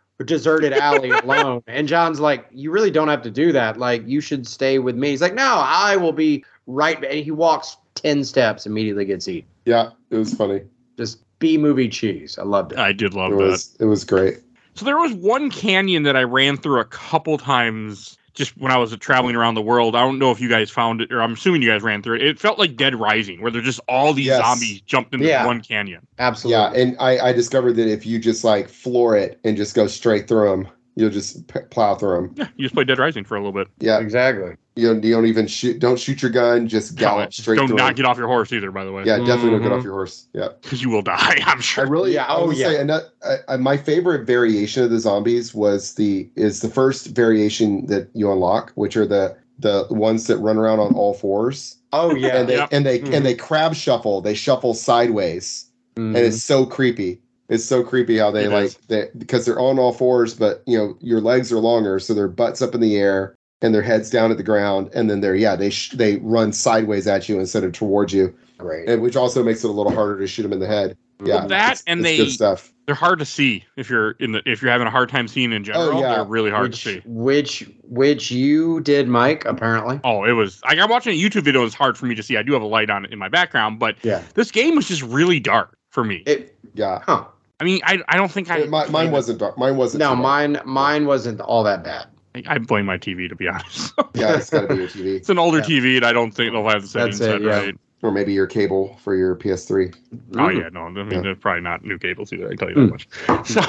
deserted alley alone." And John's like, "You really don't have to do that. Like, you should stay with me." He's like, "No, I will be right." And he walks ten steps, immediately gets eaten. yeah, it was funny. Just B movie cheese. I loved it. I did love It that. was it was great. So there was one canyon that I ran through a couple times just when I was traveling around the world. I don't know if you guys found it, or I'm assuming you guys ran through it. It felt like Dead Rising, where there's just all these Yes. zombies jumped into Yeah. one canyon. Absolutely. Yeah, and I I discovered that if you just like floor it and just go straight through them, you'll just p- plow through them. Yeah, you just played Dead Rising for a little bit. Yeah, exactly. you don't, you don't even shoot. Don't shoot your gun. Just gallop Don't- straight don't through. not 'em. get Mm-hmm. off your horse either, by the way, yeah, definitely don't get Mhm. off your horse. Yeah. because you will die. I'm I sure. really, Yeah, I oh, would yeah. say, ano- I- I- my favorite variation of the zombies was the is the first variation that you unlock, which are the the ones that run around on all fours, Oh yeah. and they Yep. and they Mhm. and they crab shuffle, they shuffle sideways, Mhm. and it's so creepy. It's so creepy how they It like is. they because they're on all fours, but you know your legs are longer, so their butts up in the air and their heads down at the ground, and then they're yeah they sh- they run sideways at you instead of towards you, great. and which also makes it a little harder to shoot them in the head. Mm-hmm. Yeah, that it's- and it's they- good stuff. They're hard to see if you're in the if you're having a hard time seeing in general. Oh, yeah. They're really hard which, to see. Which which you did, Mike, apparently. Oh, it was. Like, I'm watching a YouTube video. It's hard for me to see. I do have a light on in my background, but Yeah. this game was just really dark for me. It Yeah, huh. I mean, I I don't think I. It- mi- mine played wasn't dark. Mine wasn't. No, too dark. mine mine wasn't all that bad. I I blame my TV to be honest. Yeah, it's got to be your TV it's an older Yeah. TV, and I don't think they'll have the settings That's it, set yeah. right. or maybe your cable for your PS3. Oh Mm. yeah, no, I mean Yeah. they're probably not new cables either. I can tell you that much. So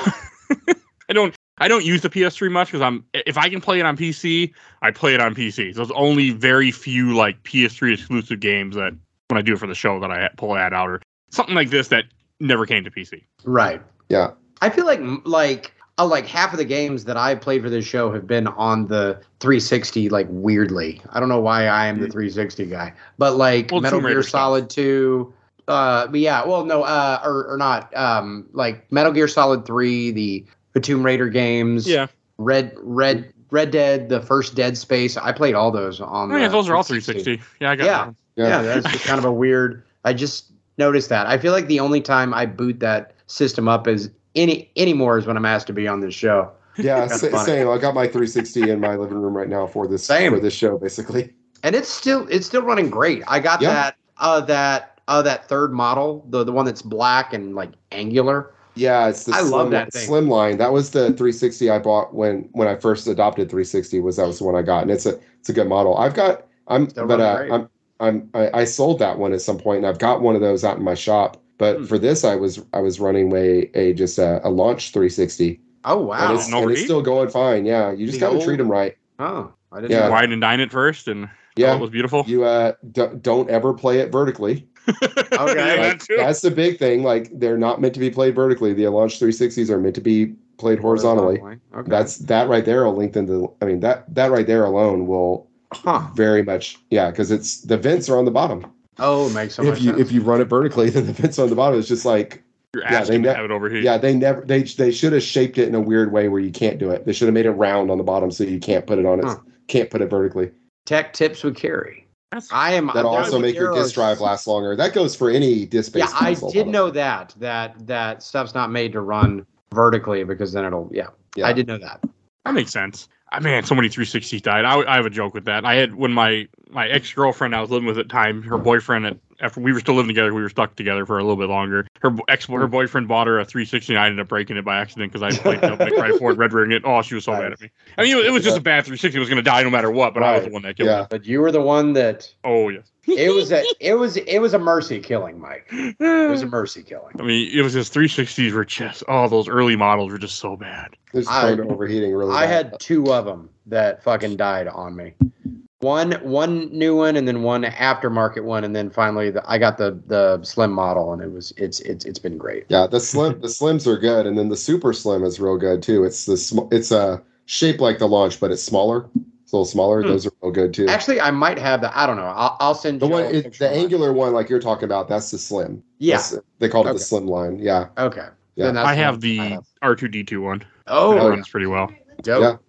I don't I don't use the PS3 much because I'm if I can play it on PC, I play it on PC. So there's only very few like PS3 exclusive games that when I do it for the show that I pull that out or something like this that never came to PC. Mm-hmm. Right. Yeah. I feel like like uh, like half of the games that I played for this show have been on the 360. Like weirdly, I don't know why I am the 360 guy, but like Well, Metal Tomb Gear Raider stuff. Solid 2. Uh, but yeah, well, no, uh, or or not. Um, like Metal Gear Solid 3, the the Tomb Raider games. Red Red Red Dead, the first Dead Space. I played all those on. Oh, yeah, the those are all 360. Yeah, I got Yeah. that. Yeah, that's just kind of a weird. I just noticed that. I feel like the only time I boot that system up is any anymore is when I'm asked to be on this show. Yeah, That's sa- funny. same. I got my 360 in my living room right now for this Same. for this show, basically. And it's still it's still running great. I got Yeah. that uh that uh that third model, the the one that's black and like angular. Yeah, it's the I slim, love that thing. slim line. That was the 360 I bought when when I first adopted 360. Was that was the one I got, and it's a it's a good model. I've got I'm Still but running uh, great. I'm I'm I, I sold that one at some point, and I've got one of those out in my shop. But Hmm. for this, I was I was running a a just a, a launch 360. Oh And wow. it's, No and it's read? still going fine. Yeah, you just The gotta old- treat them right. Oh, I didn't Yeah. know. Wine and dine it first, and yeah, Yeah, it was beautiful. you uh d- don't ever play it vertically. Okay. yeah, Like, that too. that's the big thing. Like they're not meant to be played vertically. The launch 360s are meant to be played horizontally. Okay. That's that right there will link into. I mean that that right there alone will huh. very much yeah because it's the vents are on the bottom. Oh, makes so much if you sense. if you run it vertically, then the vents on the bottom. It's just like You're yeah, asking they to ne- have it over here. yeah they never they they should have shaped it in a weird way where you can't do it. They should have made it round on the bottom so you can't put it on it Huh. can't put it vertically. Tech tips with carry. That's- I am That'll also make your disk drive last. last longer. That goes for any disk based yeah, I did know that that that stuff's not made to run vertically because then it'll yeah. Yeah. I did know that. That makes sense. I man, so many 360s died. I, I have a joke with that. I had when my my ex girlfriend I was living with at the time, her boyfriend at, after we were still living together, we were stuck together for a little bit longer. Her ex, her boyfriend bought her a 369. I ended up breaking it by accident because I played Devil May Cry 4 and Red Ring it. Oh, she was so mad at me. I mean, it, was just a bad 360. It was going to die no matter what, but I was the Right. one that killed Yeah. it. But you were the one that Oh, yes. it was a it was it was a mercy killing, Mike. It was a I mercy killing. mean, it was his 360s were just, oh, those early models were just so bad. There's I- phone overheating really I bad. had two of them that fucking died on me. One one new one and then one aftermarket one and then finally the, I got the the slim model and it was it's it's it's been great. Yeah, the slim the slims are good, and then the super slim is real good too. It's the sm- it's uh, shaped like the launch, but it's smaller. It's a little smaller. Hmm. Those are real good too. Actually, I might have the I don't know. I'll, I'll send the Joe one a it, picture the of mine. angular one, like you're talking about, that's the slim. Yeah. That's- they called it Okay. the slim line. Yeah, Okay. Yeah. that's I have one the R2D2 one. Oh, that yeah. runs pretty well. dope.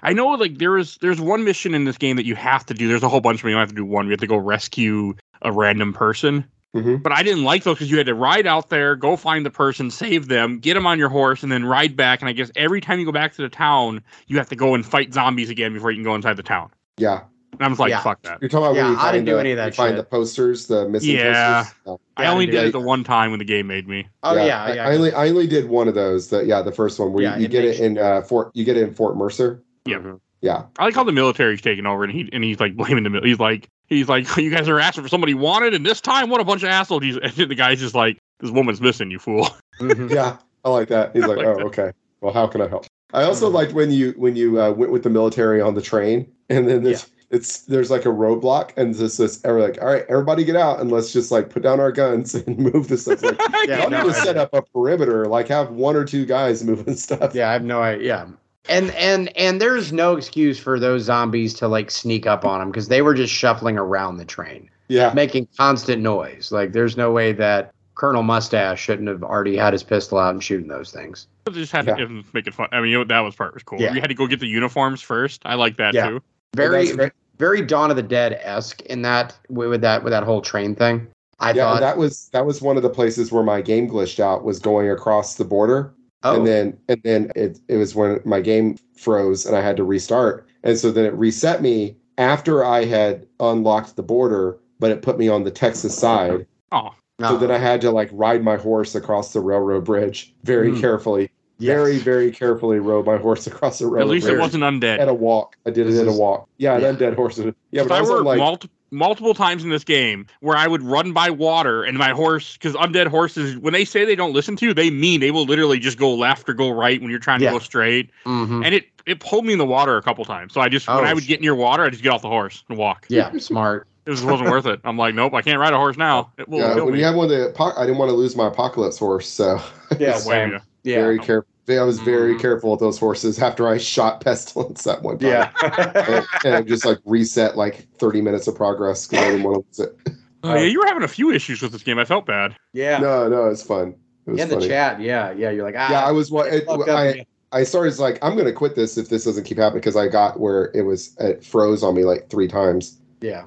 I know, like there is, there's one mission in this game that you have to do. There's a whole bunch, but you don't have to do one. You have to go rescue a random person. Mm-hmm. Mhm. But I didn't like those because you had to ride out there, go find the person, save them, get them on your horse, and then ride back. And I guess every time you go back to the town, you have to go and fight zombies again before you can go inside the town. yeah. And I'm just like, Yeah. fuck that. You're talking about Yeah, when you I find didn't do the- any of you that Find shit. the posters, the missing Yeah, posters. No. I only dude, did I- it the one time when the game made me. Oh yeah, I- yeah. I, only I only did one of those. That yeah, the first one where Yeah, you, you it get makes- it in uh, Fort. You get it in Fort Mercer. Yeah. Yeah, I like how the military's taking over, and he and he's like blaming the mil- he's like he's like you guys are asking for somebody wanted, and this time what a bunch of assholes. He's, and the guy's just like this woman's missing, you fool. Mhm. yeah. I like that. He's I like, like oh, that. okay. Well, how can I help? I also Mhm. liked when you when you uh, went with the military on the train, and then there's it's there's like a roadblock, and this this every like, all right, everybody get out, and let's just like put down our guns and move this. Stuff. Like, Yeah, y'all no, need to I- set up a perimeter, like have one or two guys moving stuff. Yeah, I have no idea. Yeah. And and and there's no excuse for those zombies to like sneak up on them because they were just shuffling around the train, yeah, making constant noise. Like there's no way that Colonel Mustache shouldn't have already had his pistol out and shooting those things. They just had to it was making fun. I mean, you know, that was part was cool. Yeah. You had to go get the uniforms first. I like that Yeah. too. Very that's great. very Dawn of the Dead esque in that with that with that whole train thing. I yeah. thought And that was that was one of the places where my game glitched out was going across the border. oh And then and then it it was when my game froze and I had to restart. And so then it reset me after I had unlocked the border, but it put me on the Texas side. Oh, no. So then I had to like ride my horse across the railroad bridge very Mm. carefully. Yes. Very, very carefully rode my horse across the railroad at least bridge. it wasn't undead. at a walk. I did it This at a is- walk. Yeah, an yeah. undead horse. Yeah, If but I I was were like multi- multiple times in this game where I would run by water and my horse, because undead horses, when they say they don't listen to you, they mean they will literally just go left or go right when you're trying Yeah. to go straight. Mhm. And it it pulled me in the water a couple times. So I just when Oh, I would get near water, I just get off the horse and walk. yeah smart It just wasn't worth it. I'm like, nope, I can't ride a horse now. It will yeah, kill when me. you have one of the apo- I didn't want to lose my apocalypse horse, so yeah No way. same. yeah very careful. I was very Mhm. careful with those horses after I shot pestilence that one time. yeah and, and I just like reset like 30 minutes of progress because I didn't want to lose it. Oh, yeah, you were having a few issues with this game. I felt bad. yeah. No, no, it's fun. It was in funny. the chat. Yeah, yeah. You're like, ah, Yeah, I was. wa- it's It, fucked up, I man. I started as, like I'm gonna quit this if this doesn't keep happening because I got where it was it froze on me like three times. yeah.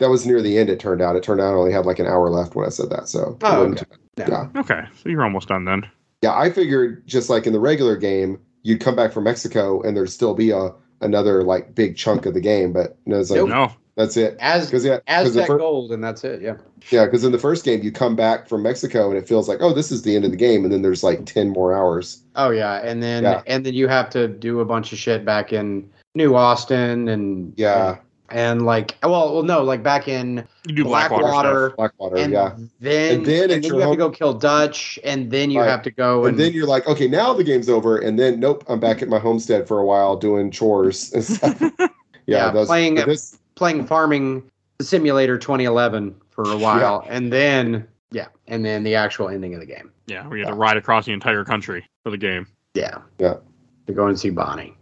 That was near the end. It turned out. It turned out I only had like an hour left when I said that. So it Oh, wasn't okay. too- No. yeah, Okay, so you're almost done then. yeah. I figured just like in the regular game, you'd come back from Mexico and there'd still be a another like big chunk of the game, but no, it's like Nope. No, that's it. As Because yeah, 'cause the Aztec fir- Gold, and that's it. Yeah. Yeah, because in the first game, you come back from Mexico and it feels like, oh, this is the end of the game, and then there's like ten more hours. Oh yeah, and then Yeah. and then you have to do a bunch of shit back in New Austin and Yeah, and like well well no like back in you do Blackwater, Blackwater. stuff. Blackwater. and Oh, yeah, then And and then then, it's you your have home- to go kill Dutch and then you Right. have to go and and, then you're like, okay, now the game's over, and then nope, I'm back at my homestead for a while doing chores and stuff. yeah, Yeah, those, playing but a- this. playing Farming Simulator 2011 for a while and then yeah and then the actual ending of the game. Yeah, we had to ride across the entire country for the game. Yeah. Yeah. To go and see Bonnie.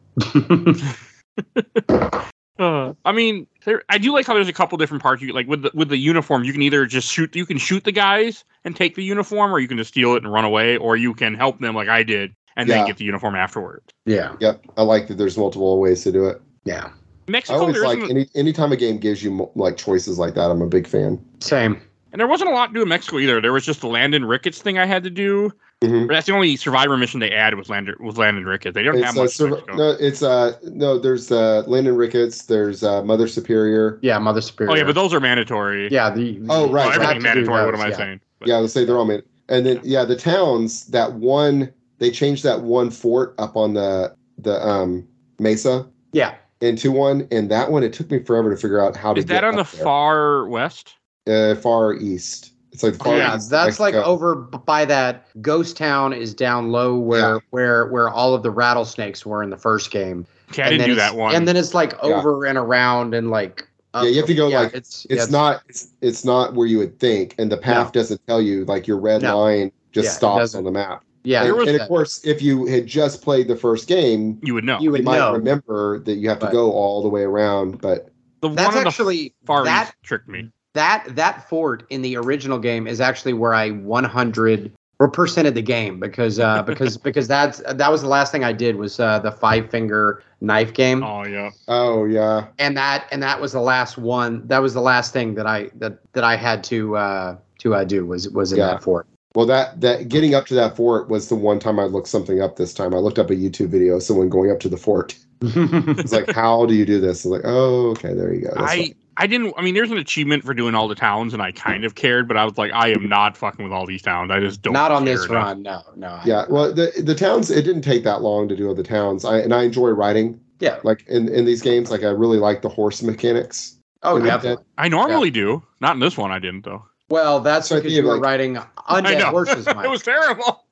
Uh, I mean, there, I do like how there's a couple different parts. You like with the with the uniform, you can either just shoot, you can shoot the guys and take the uniform, or you can just steal it and run away, or you can help them like I did and Yeah. then get the uniform afterward. yeah. Yep, I like that. There's multiple ways to do it. Yeah. I Mexico, always there like isn't- any anytime a game gives you mo- like choices like that. I'm a big fan. Same. and there wasn't a lot to do in Mexico either. There was just the Landon Ricketts thing I had to do, Mhm. But that's the only Survivor mission they added was Landon was Landon Ricketts. They don't have It's, uh, much. Sur- Mexico. no, it's uh no. There's uh Landon Ricketts. There's uh Mother Superior. Yeah, Mother Superior. oh yeah, but those are mandatory. yeah, the Oh, Oh, right, right. Have to everything do mandatory. What am those, I yeah. saying? But- Yeah, let's say they're all made. And then yeah, the towns that one they changed that one fort up on the the um mesa Yeah, into one, and that one it took me forever to figure out how to. Is that get on the up there. far west? uh, far east. It's Oh, like uh, the far yeah, east of that's like Mexico. over b- by that ghost town is down low where Yeah. where where all of the rattlesnakes were in the first game. Okay, I didn't then do it's- that one. And then it's like Yeah. over and around and like up- Yeah, you have to go, like, it's yeah, It's not. It's, it's not where you would think, and the path doesn't tell you. Like your red No. line just Yeah, it stops doesn't. on the map. yeah. and, there was and of that. course, if you had just played the first game, you would know. you you, would might know. remember that you have to But- go all the way around. But the That's one on the actually far that east tricked me. that that fort in the original game is actually where I 100 or percented the game because uh because because that's that was the last thing I did was uh the five finger knife game Oh yeah. oh yeah, and that and that was the last one that was the last thing that I that that I had to uh to uh, do was was in Yeah. that fort. well that that getting up to that fort was the one time I looked something up. This time I looked up a YouTube video of someone going up to the fort. It's like, how do you do this? I was like, oh, okay, there you go. That's I fine. I didn't. I mean, there's an achievement for doing all the towns, and I kind of cared, but I was like, I am not fucking with all these towns. I just don't. Not on care this enough. run, no, no. I- yeah. Well, the the towns it didn't take that long to do all the towns. I and I enjoy writing yeah. like in, in these games like i really like the horse mechanics Oh, Yeah. definitely. I normally do. Not in this one. I didn't though. Well, that's So I because think you were like- riding I undead know. horses, Mike. it was terrible.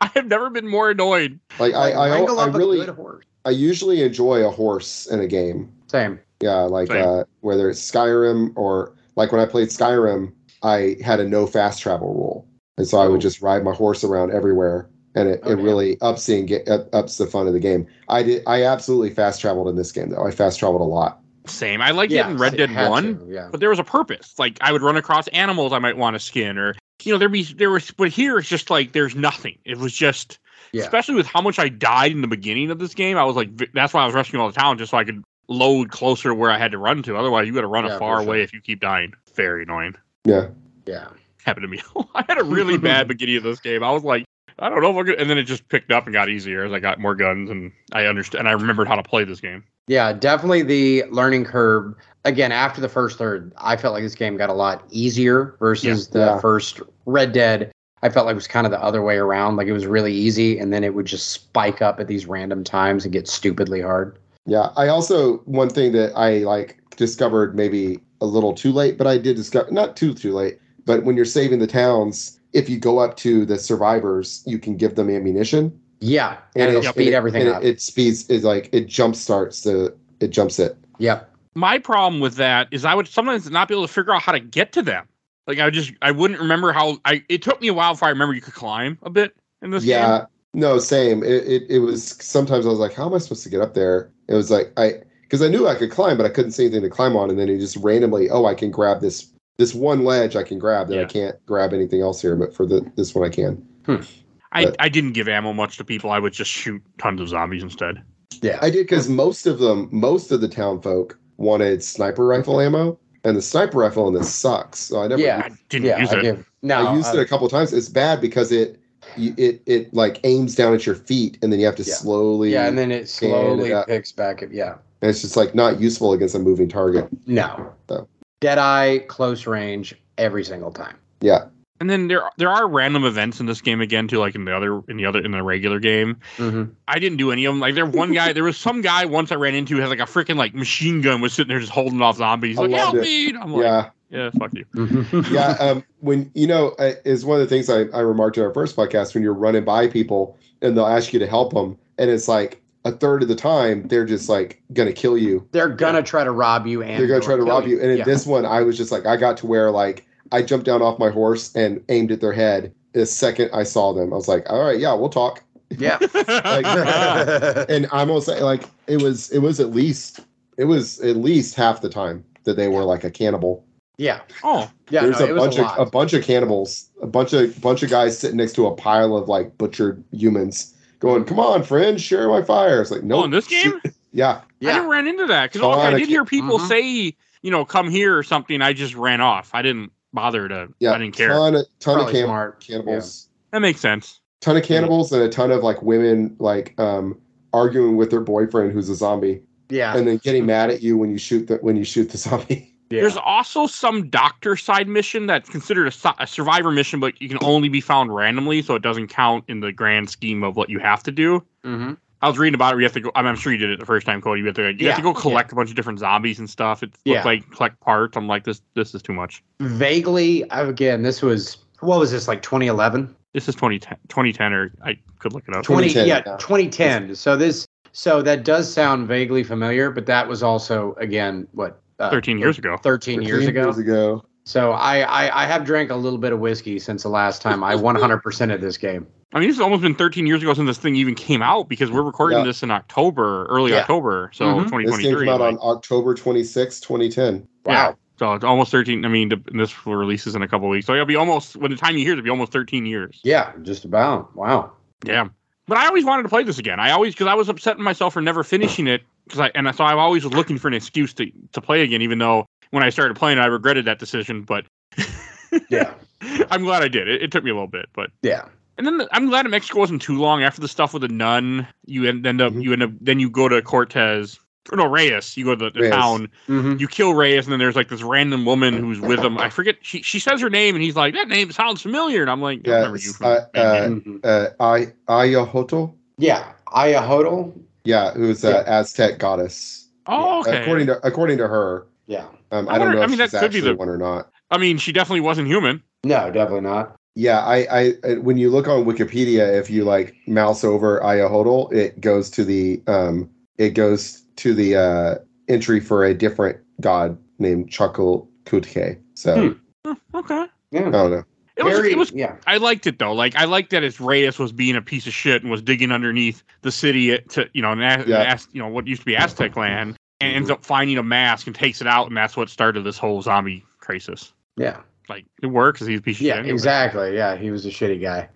I have never been more annoyed. like i Like, i, I, wrangle up a really good horse. i usually enjoy a horse in a game Same. yeah like Same. uh whether it's skyrim or like when i played skyrim i had a no fast travel rule and so i Ooh. would just ride my horse around everywhere and it, it Okay. really ups the enga- up, ups the fun of the game i did i absolutely fast traveled in this game though i fast traveled a lot Same. I liked it in Red it Dead had One, to, yeah. but there was a purpose. Like I would run across animals I might want to skin, or you know, there be there was. But here it's just like there's nothing. It was just, Yeah. especially with how much I died in the beginning of this game. I was like, vi- that's why I was rushing all the town just so I could load closer to where I had to run to. Otherwise, you got to run Yeah, a for far sure. way if you keep dying. Very annoying. yeah Yeah. Happened to me. I had a really bad beginning of this game. I was like. I don't know if I'm gonna, and then it just picked up and got easier as I got more guns and I understood and I remembered how to play this game. Yeah, definitely the learning curve. Again, after the first third, I felt like this game got a lot easier versus the Yeah. first Red Dead. I felt like it was kind of the other way around. Like it was really easy, and then it would just spike up at these random times and get stupidly hard. Yeah, I also one thing that I like discovered maybe a little too late, but I did discover not too too late. But when you're saving the towns, if you go up to the survivors, you can give them ammunition, Yeah, and, it'll speed and it- everything and it- up. It, speeds it like it jump starts the it jumps it. yep. my problem with that is I would sometimes not be able to figure out how to get to them. Like I would just I wouldn't remember how I it took me a while before I remember you could climb a bit in this game. yeah, no, same. It, it it was sometimes I was like, how am I supposed to get up there? It was like I because I knew I could climb, but I couldn't see anything to climb on, and then it just randomly, oh, I can grab this this one ledge I can grab that I Yeah. can't grab anything else here, but for the this one I can. I, but- I didn't give ammo much to people. I would just shoot tons of zombies instead. Yeah. I did because most of them, most of the town folk wanted sniper rifle ammo, and the sniper rifle in this sucks. So I never, yeah. I didn't yeah. use I it. give- no, I used uh, it a couple times. It's bad because it, you- it, it like aims down at your feet, and then you have to Yeah. slowly. yeah, and then it slowly up. picks back up. Yeah. and it's just like not useful against a moving target. No. So. Deadeye, close range, every single time. Yeah, And then there there are random events in this game again too, like in the other in the other in the regular game. Mhm. I didn't do any of them. Like there one guy, there was some guy once I ran into who had like a freaking like machine gun was sitting there just holding off zombies. I He's like loved help it. me! I'm like yeah. yeah, fuck you. Mm-hmm. yeah. Um, when you know, I- is one of the things I, I remarked in our first podcast when you're running by people and they'll ask you to help them, and it's like a third of the time they're just like gonna kill you. They're gonna try to rob you, and they're gonna or try to kill rob you. And in Yeah. this one, I was just like, I got to where like I jumped down off my horse and aimed at their head. The second I saw them, I was like, all right, yeah, we'll talk. Yeah. Like- Ah. And I'm gonna say like it was it was at least it was at least half the time that they were like a cannibal. yeah. oh, Yeah. There's no, it a was bunch a of lot. a bunch of cannibals, a bunch of bunch of guys sitting next to a pile of like butchered humans, going, "Come on, friend, share my fire." It's like, no, oh, in this game? yeah, I yeah. never ran into that because Sonic. I did hear people Mhm. say, you know, come here or something. I just ran off. I didn't bother to. yeah, I didn't care. Ton of, ton of Probably cannibals. smart. cannibals. That makes sense. ton of cannibals and a ton of like women like um arguing with their boyfriend who's a zombie Yeah. and then getting mad at you when you shoot the when you shoot the zombie. yeah. There's also some doctor side mission that's considered a, su- a survivor mission, but you can only be found randomly, so it doesn't count in the grand scheme of what you have to do. Mhm. I was reading about it. where You have to go. I'm, I'm sure you did it the first time, Cody. You have to. You have to Yeah, go collect a bunch of different zombies and stuff. It Yeah. looked like collect parts. I'm like, this. This is too much. Vaguely, I- again, this was what was this like 2011? This is 2010, 2010 or I could look it up. 20 2010, yeah, yeah. 2010. So this so that does sound vaguely familiar, but that was also again what uh, 13 years ago. 13 years 13 ago. Years ago. So I, I I have drank a little bit of whiskey since the last time I 100% of this game. I mean, this has almost been 13 years ago since this thing even came out because we're recording Yeah. this in October, early Yeah. October, so Mhm. This game 2023. came out like- on October 26, 2010. Yeah. So it's almost 13. I mean, th- this releases in a couple weeks. So it'll be almost, when the time you hear it, it'll be almost 13 years. Yeah, just about. Wow. Yeah. But I always wanted to play this again. I always, because I was upset with myself for never finishing it. Cause I, and so I always was looking for an excuse to, to play again, even though when I started playing, I regretted that decision. But Yeah. I'm glad I did. It, it took me a little bit. But, Yeah. and then the, I'm glad Mexico wasn't too long after the stuff with the nun. You end, end up, Mhm. you end up, then you go to Cortez, or no, Reyes. You go to the, the Reyes. town Mhm. you kill Reyes, and then there's like this random woman who's with him. I forget. She she says her name, and he's like, "That name sounds familiar." And I'm like, "I Yeah, remember you it's, from." uh, Band Aid." Mhm. Uh, I Ayahoto, Yeah, uh, Ayahodl. yeah, who's an Aztec goddess. oh, okay. According to according to her, Yeah. um, I I, don't wonder- know I if mean, that she's could be actually the- one or not. I mean, she definitely wasn't human. No, definitely not. Yeah, I, I I- when you look on Wikipedia, if you like mouse over Ayahoto, it goes to the um, it goes to the uh, entry for a different god named Chakalkutke. So Hmm. Huh, Okay. Yeah. I don't know. It was. Very- It was. yeah. I liked it though. Like I liked that it's Reyes was being a piece of shit and was digging underneath the city uh, to you know and Az- Yeah. Az- you know what used to be Aztec land and ends up finding a mask and takes it out and that's what started this whole zombie crisis. Yeah. Like it works because he's a piece of Yeah, shit. anyway. exactly. Yeah, he was a shitty guy.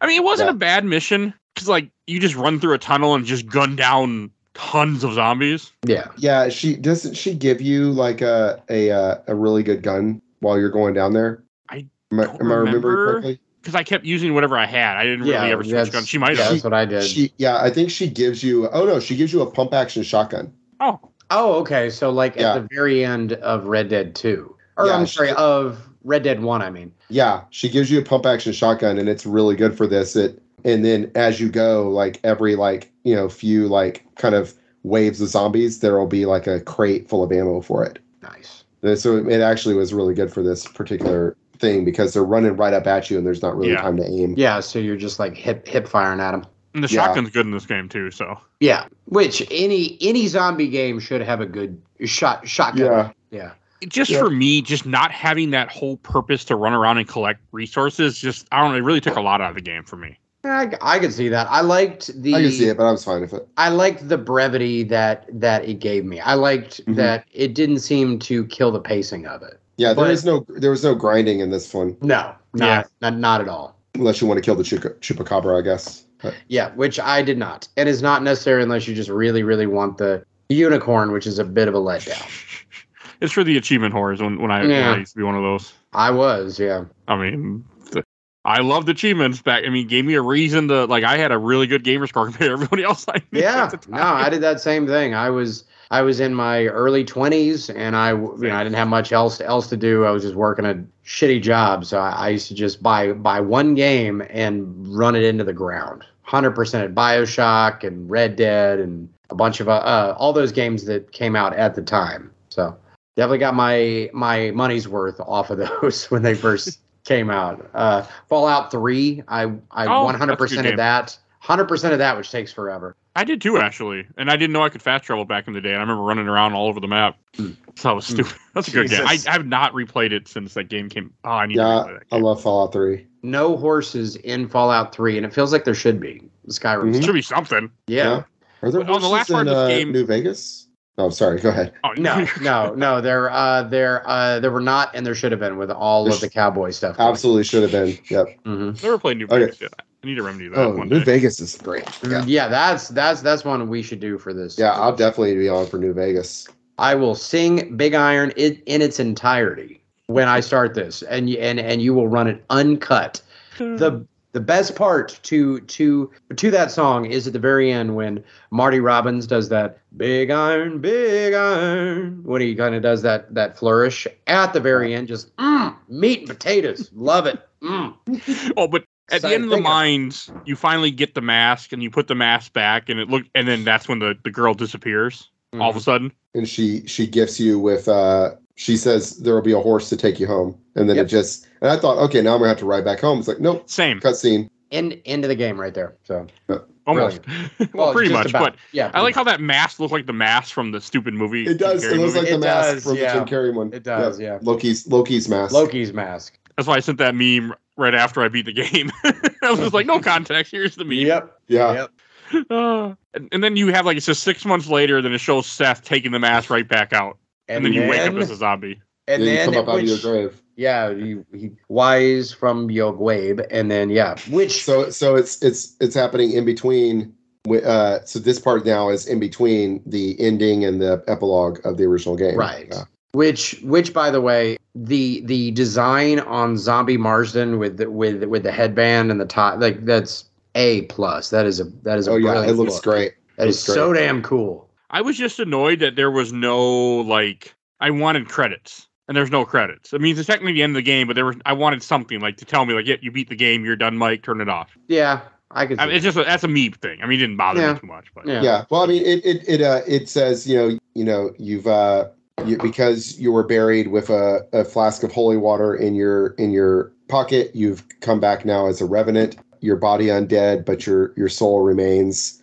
I mean, it wasn't Yeah. a bad mission because like you just run through a tunnel and just gun down tons of zombies. Yeah. Yeah, she doesn't. She give you like a a uh, a really good gun while you're going down there. I am I, don't am I remembering remember. correctly? Because I kept using whatever I had. I didn't yeah, really ever switch that's- guns. She might yeah, have. that's what I did. She yeah, I think she gives you. Oh no, she gives you a pump action shotgun. Oh, oh, okay. So like Yeah. at the very end of Red Dead 2. Or Yeah, I'm she- sorry, of Red Dead 1, I mean. Yeah, she gives you a pump action shotgun, and it's really good for this. It and then as you go, like every like you know few like kind of waves of zombies, there will be like a crate full of ammo for it. Nice. So it actually was really good for this particular thing because they're running right up at you, and there's not really Yeah. time to aim. Yeah, so you're just like hip hip firing at him. and the Yeah. shotgun's good in this game too. So Yeah, which any any zombie game should have a good shot shotgun. Yeah. Yeah. It- just Yeah. for me, just not having that whole purpose to run around and collect resources, just I don't. know, It really took a lot out of the game for me. I, I could see that. I liked the I can see it, but I was fine with it. I liked the brevity that that it gave me. I liked Mhm. that it didn't seem to kill the pacing of it. Yeah, there But- is no there was no grinding in this one No, not Yeah. not, not at all. unless you want to kill the chuca- chupacabra, I guess. But- Yeah, which I did not, and is not necessary unless you just really really want the unicorn, which is a bit of a letdown. It's for the achievement horrors when, when, I, when Yeah. I used to be one of those. I was, yeah, I mean, th- I loved achievements back. I mean, gave me a reason to like. I had a really good gamer score compared to everybody else. I knew yeah. at the time. No, I did that same thing. I was I was in my early twenties, and I you know I didn't have much else else to do. I was just working a shitty job, so I, I used to just buy buy one game and run it into the ground. Hundred percent at Bioshock and Red Dead and a bunch of uh, uh, all those games that came out at the time. So definitely got my my money's worth off of those when they first came out. Uh, Fallout Three, I I Oh, one hundred that's a good percent game. of that. Hundred percent of that, which takes forever. I did too, actually, and I didn't know I could fast travel back in the day. And I remember running around all over the map. Mm. So that was Mm. stupid. That's a good game. I, Jesus. I have not replayed it since that game came. Oh, I need Yeah, to replay that I game. love Fallout Three. no horses in Fallout 3, and it feels like there should be. Skyrim. Mhm. It should be something. Yeah. Are there Well, on the horses last part in of this uh, game- New Vegas? Oh, sorry. Go ahead. Oh, No, no, no. There, uh, there, uh, there were not, and there should have been with all There of the sh- cowboy stuff. Absolutely should have been. Yep. Mhm. never played New Okay. Vegas yet. I need to remedy that Oh, one New day. Vegas is great. Yeah. Mm-hmm. Yeah. that's that's that's one we should do for this. Yeah, I'll definitely be on for New Vegas. I will sing Big Iron in, in its entirety when I start this, and you- and and you will run it uncut. the The the best part to to to that song is at the very end when Marty Robbins does that big iron, big iron when he kind of does that that flourish at the very end. Just mm, meat and potatoes, love it. Mm. Oh, but at So the end of the think of- mines, you finally get the mask and you put the mask back, and it look, and then that's when the, the girl disappears all of a sudden. and she she gifts you with uh she says there will be a horse to take you home and then Yep. it just and i thought okay now i'm gonna have to ride back home it's like nope Same, cutscene end end of the game right there. So almost. well, pretty just much. about. But yeah, I like how that mask looked like the mask from the stupid movie. it does Jim Carrey it looks movie. like the It mask does, from yeah. the jim carrey one it does. Yeah, loki's loki's mask Loki's mask. That's why I sent that meme right after I beat the game. I was just like, no context. Here's the meme. Yep. yeah Yep. Uh, and, and then you have like it's just six months later, then it shows Seth taking the mask right back out, and, then, you wake up as a zombie. and Yeah, you then come up out of your which- grave yeah, you, he wise from your grave, and then yeah, which so so it's it's it's happening in between wi- uh so this part now is in between the ending and the epilogue of the original game Right. Yeah. Which, which, by the way, the the design on Zombie Marsden with the, with with the headband and the tie, like that's a plus. That is a that is a oh yeah brilliant it looks look. great That Looks is so damn cool. I was just annoyed that there was no like I wanted credits, and there's no credits. I mean, it's technically the end of the game, but there was I wanted something like to tell me like, yeah, you beat the game, you're done, Mike, turn it off. Yeah, I could. See I mean, it's just a, that's a me thing. I mean, it didn't bother Yeah. me too much, but that. yeah. yeah well i mean it it it, uh, it says you know you know you've uh you, because you were buried with a, a flask of holy water in your in your pocket you've come back now as a revenant your body undead but your your soul remains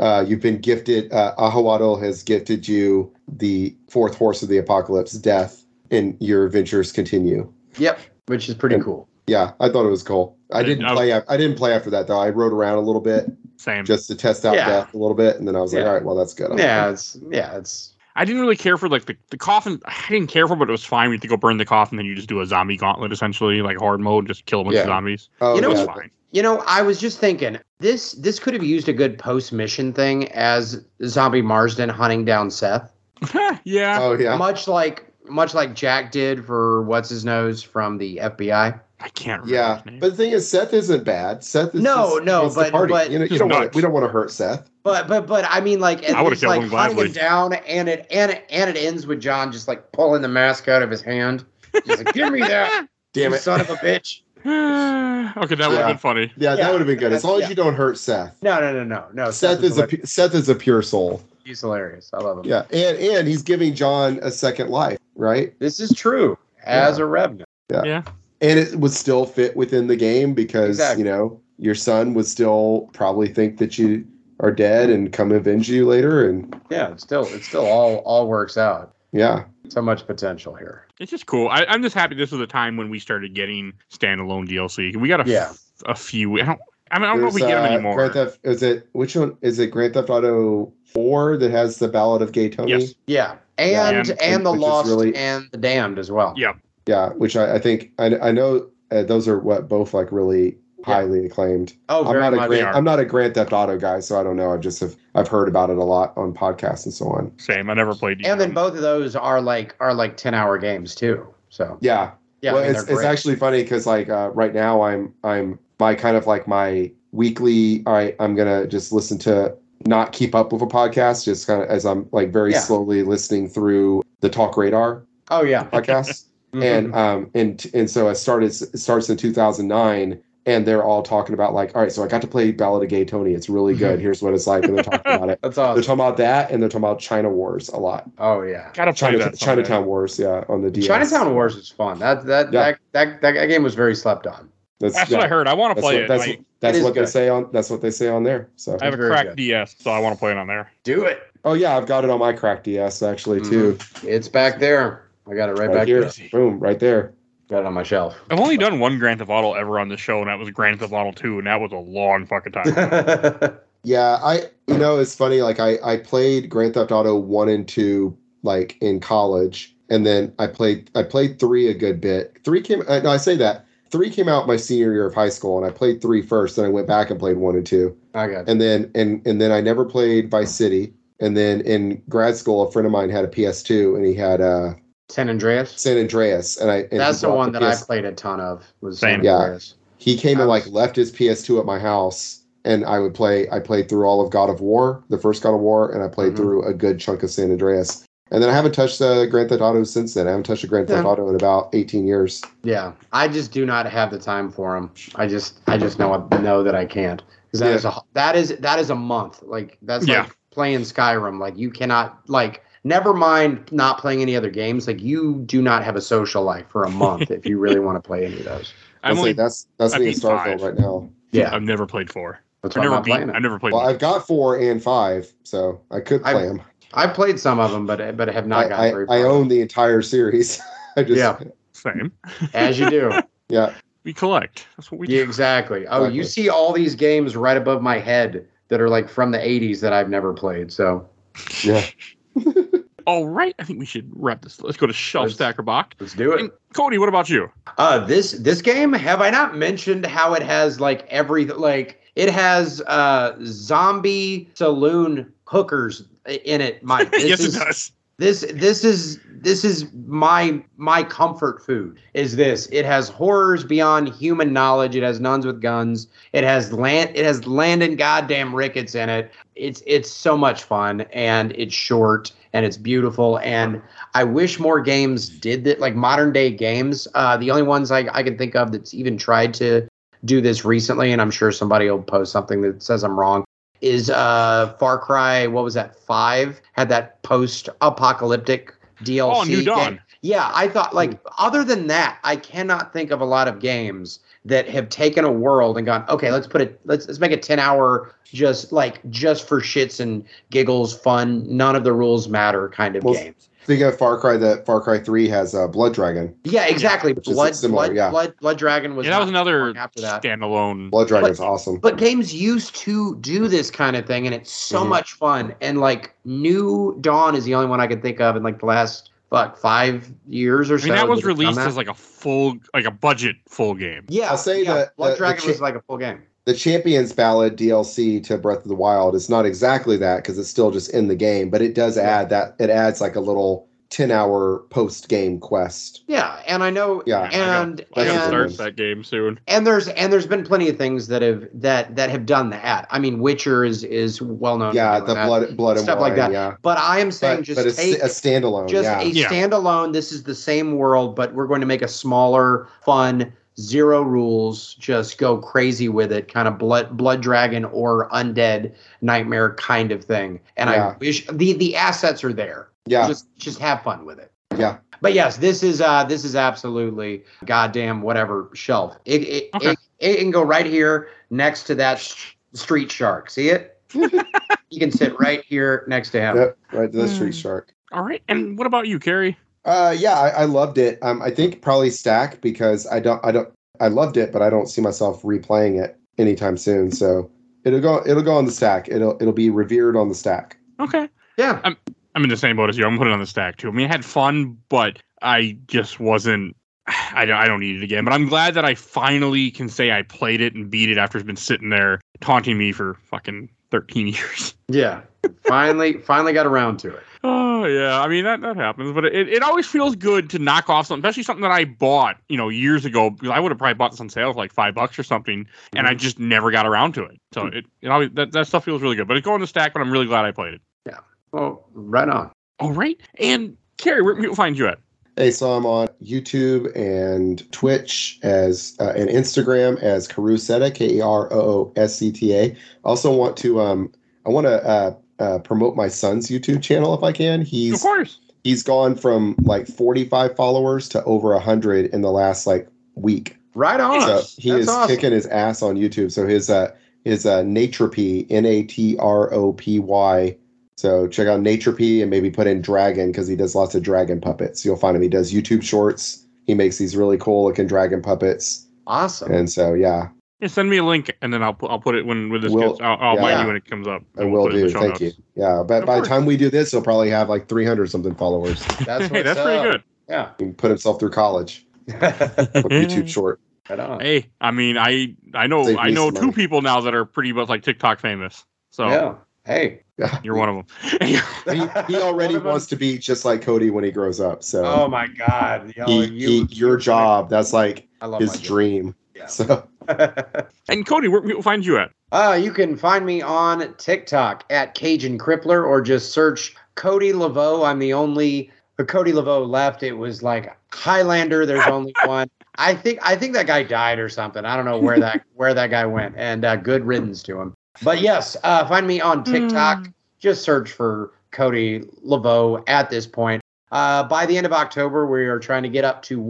uh, you've been gifted uh, ahawadl has gifted you the fourth horse of the apocalypse death and your adventures continue Yep, which is pretty And- cool. yeah i thought it was cool i And didn't I- play af- i didn't play after that though i rode around a little bit same. just to test out Yeah. death a little bit and then i was like Yeah. all right well that's good I'm- Yeah, it's yeah, it's I didn't really care for like the, the coffin. I didn't care for, it, but it was fine. We had to go burn the coffin, then you just do a zombie gauntlet essentially, like hard mode, just kill a bunch Yeah. of zombies. Oh, You know It was yeah. fine. You know, I was just thinking this this could have used a good post mission thing as Zombie Marsden hunting down Seth, yeah. Uh, Oh yeah. much like much like Jack did for what's his nose from the FBI. I can't remember. Yeah. his name. But the thing is, Seth isn't bad. Seth is No, just- no, wants to but- party. but- you know, you He's don't want nuts. to, we don't want to hurt Seth. But but but I mean, like I at would've least killed like him hunting gladly. him down, and it and it and it ends with John just like pulling the mask out of his hand. He's like, "Give me that, Damn you it. son of a bitch!" okay, that would Yeah. have been funny. Yeah, Yeah. that would have been good. As long Yeah. as you don't hurt Seth. No, no, no, no, no. Seth, is a hilarious. pu- Seth is a pure soul. he's hilarious. I love him. Yeah, and and he's giving John a second life, right? this is true. As a revenant, And it would still fit within the game because Exactly. you know your son would still probably think that you are dead and come avenge you later. And yeah, it's still it still all all works out. yeah, so much potential here. It's just cool. I, I'm just happy this was the time when we started getting standalone DLC. We got a, Yeah. a few. I don't, I, mean, I don't know if we There's, get them uh, anymore. Grand Theft, is it which one is it? Grand Theft Auto Four that has the Ballad of Gay Tony. yes. Yeah, Yeah, and and- and, the which is lost really- and the damned as well. Yeah. Yeah, which I, I think I, I know uh, those are what both like really highly acclaimed. Oh, I'm very not a much. grand, are. I'm not a Grand Theft Auto guy, so I don't know. I just have I've heard about it a lot on podcasts and so on. Same. I never played. either and then one. both of those are like are like ten hour games too. So Yeah, yeah, well, I mean, it's they're it's great. actually funny because like uh, right now I'm I'm my kind of like my weekly. All right, I'm gonna just listen to not keep up with a podcast, just kind of as I'm like very Yeah. slowly listening through the Talk Radar oh yeah, podcast. Mm-hmm. and um and and so it started it starts in 2009 and they're all talking about like all right so i got to play ballad of gay tony it's really good here's what it's like and they're talking about it that's they're awesome. talking about that and they're talking about china wars a lot Oh yeah, gotta play china that someday. chinatown wars yeah on the DS. Chinatown Wars is fun. That that, Yeah. that that that game was very slept on. that's, That's yeah, what I heard. I want to that's play what, it. that's, Like, that's It is what they good. say on that's what they say on there so I have a very cracked good. DS, so I want to play it on there. Do it. oh yeah i've got it on my crack ds actually too It's back there. I got it right, right, back here here. Oh, boom right there Got it on my shelf. I've only done one Grand Theft Auto ever on the show, and that was Grand Theft Auto Two, and that was a long fucking time. yeah, Yeah, I you know it's funny. Like I I played Grand Theft Auto one and two like in college, and then I played I played three a good bit. Three came uh, no, I say that three came out my senior year of high school, and I played three first. Then I went back and played one and two, I got it. and then and and then I never played Vice City. And then in grad school, a friend of mine had a PS2, and he had uh San Andreas. San Andreas, and I and he That's the brought one that I PS played a ton of. Was Same. San Andreas. He came and like left his PS2 at my house, and I would play. I played through all of God of War, the first God of War, and I played Mm-hmm. Mhm. through a good chunk of San Andreas. And then I haven't touched uh, Grand Theft Auto since then. I haven't touched a Grand Theft Yeah. Auto in about 18 years. Yeah, I just do not have the time for them. I just, I just know, know that I can't. 'Cause that Yeah. is a, that is, that is a month. Like that's Yeah. like playing Skyrim. Like you cannot, like, never mind not playing any other games. Like you do not have a social life for a month if you really want to play any of those. I'm Let's say only, that's that's I me in beat Starfield five. right now. Yeah, I've never played four. that's I've why I'm never not beat. playing I've them. never played. Well, one. I've got four and five, so I could play I've them. I've played some of them, but but have not I, gotten I, very. I far. own the entire series. I just Yeah. yeah, Same. as you do. yeah. We collect. That's what we Yeah, do. exactly. Oh, you Exactly. see all these games right above my head that are like from the 80s that I've never played. So yeah. All right. I think we should wrap this. Let's go to Shelf Let's- Stacker Box. let's do And it. Cody, what about you? Uh this this game, have I not mentioned how it has like every like it has uh zombie saloon hookers i- in it, Mike. This yes, is- it does. This this is this is my my comfort food is this. It has horrors beyond human knowledge. It has nuns with guns. It has land it has Landon goddamn Ricketts in it. It's it's so much fun and it's short and it's beautiful and I wish more games did that like modern day games. Uh the only ones I, I can think of that's even tried to do this recently, and I'm sure somebody will post something that says I'm wrong is uh Far Cry what was that 5 had that post apocalyptic DLC Oh, New Dawn. Hmm. game. Yeah, I thought like other than that I cannot think of a lot of games that have taken a world and gone okay let's put it let's let's make a 10 hour just like just for shits and giggles fun none of the rules matter kind of Well, games. Speaking of Far Cry, that Far Cry Three has uh, Blood Dragon. Yeah, exactly. is blood, similar, blood, yeah. blood blood dragon was Yeah, that was not another after that. standalone. Blood Dragon's awesome. But games used to do this kind of thing, and it's so Mhm. much fun. And like New Dawn is the only one I can think of in like the last fuck five years or I so. mean, that was they've done released that. as like a full, like a budget full game. yeah. I'll say yeah, that- Blood that the Dragon cha- was like a full game. The Champions Ballad DLC to Breath of the Wild is not exactly that because it's still just in the game, but it does add that it adds like a little ten-hour post-game quest. Yeah, and I know. Yeah. and I gotta Yeah. and start that game soon. and there's and there's been plenty of things that have that that have done that. I mean, Witcher is is well known. for Yeah, doing the that. blood, blood and stuff wine. like that. Yeah, But I am saying but, just but a, take s- a standalone. just yeah, a Yeah. standalone this is the same world but we're going to make a smaller fun zero rules just go crazy with it kind of blood blood dragon or undead nightmare kind of thing and i Yeah. wish the the assets are there yeah. just just have fun with it Yeah. but yes this is uh this is absolutely goddamn whatever shelf it it, Okay. it, it can go right here next to that sh- street shark see it you can sit right here next to him Yep, right to the street Mm. shark. All right. And what about you, Carrie? Uh, yeah, I, I loved it. Um, I think probably Stack because I don't, I don't, I loved it, but I don't see myself replaying it anytime soon. So it'll go, it'll go on the stack. It'll, it'll be revered on the stack. Okay. yeah I'm in the same boat as you. I'm putting it on the stack too. I mean, I had fun, but I just wasn't. I don't, I don't need it again. But I'm glad that I finally can say I played it and beat it after it's been sitting there taunting me for fucking 13 years. Yeah. Finally, finally got around to it. Oh yeah, I mean that that happens, but it, it always feels good to knock off something, especially something that I bought you know years ago. Because I would have probably bought this on sale for like five bucks or something, and I just never got around to it. So it, it always that, that stuff feels really good. But it's going to stack, but I'm really glad I played it. Well, right on. All right, and Carrie, where can people find you at? Hey, so I'm on YouTube and Twitch as uh, and Instagram as Carusetta, K E R O O S C T A. Also want to, um, I want to uh, uh, promote my son's YouTube channel if I can. of He's course. he's gone from like 45 followers to over 100 in the last like week. Right on. So he That's is awesome. kicking his ass on YouTube. So his uh his uh Natropy, N A T R O P Y. So check out Natropy and maybe put in dragon because he does lots of dragon puppets. You'll find him. He does YouTube shorts. He makes these really cool looking dragon puppets. Awesome. And so yeah, Yeah, send me a link, and then I'll put I'll put it when with this. Will- gets, I'll, I'll yeah. mind you when it comes up. I and will we'll put it in the do. show Thank you. notes. Yeah, but Of by the course. time we do this, he'll probably have like 300 something followers. That's hey, that's what's pretty up. good. Yeah. He put himself through college with YouTube short. right on. Hey, I mean, I I know Save I me know some two money. people now that are pretty much like TikTok famous. So Yeah. Hey. Yeah. you're one of them. He, he already One of them- wants to be just like Cody when he grows up. So Oh my God. Y'all Um, he, are- you- he, your job, that's like I love my his job. dream. Yeah. So And Cody, where can people find you at? Uh, you can find me on TikTok at Cajun Crippler or just search Cody Laveau. I'm the only uh, Cody Laveau left. It was like Highlander. There's only one. I think I think that guy died or something. I don't know where that where that guy went. And uh, good riddance to him. But yes, uh, find me on TikTok. Just search for Cody Laveau at this point. Uh, by the end of October, we are trying to get up to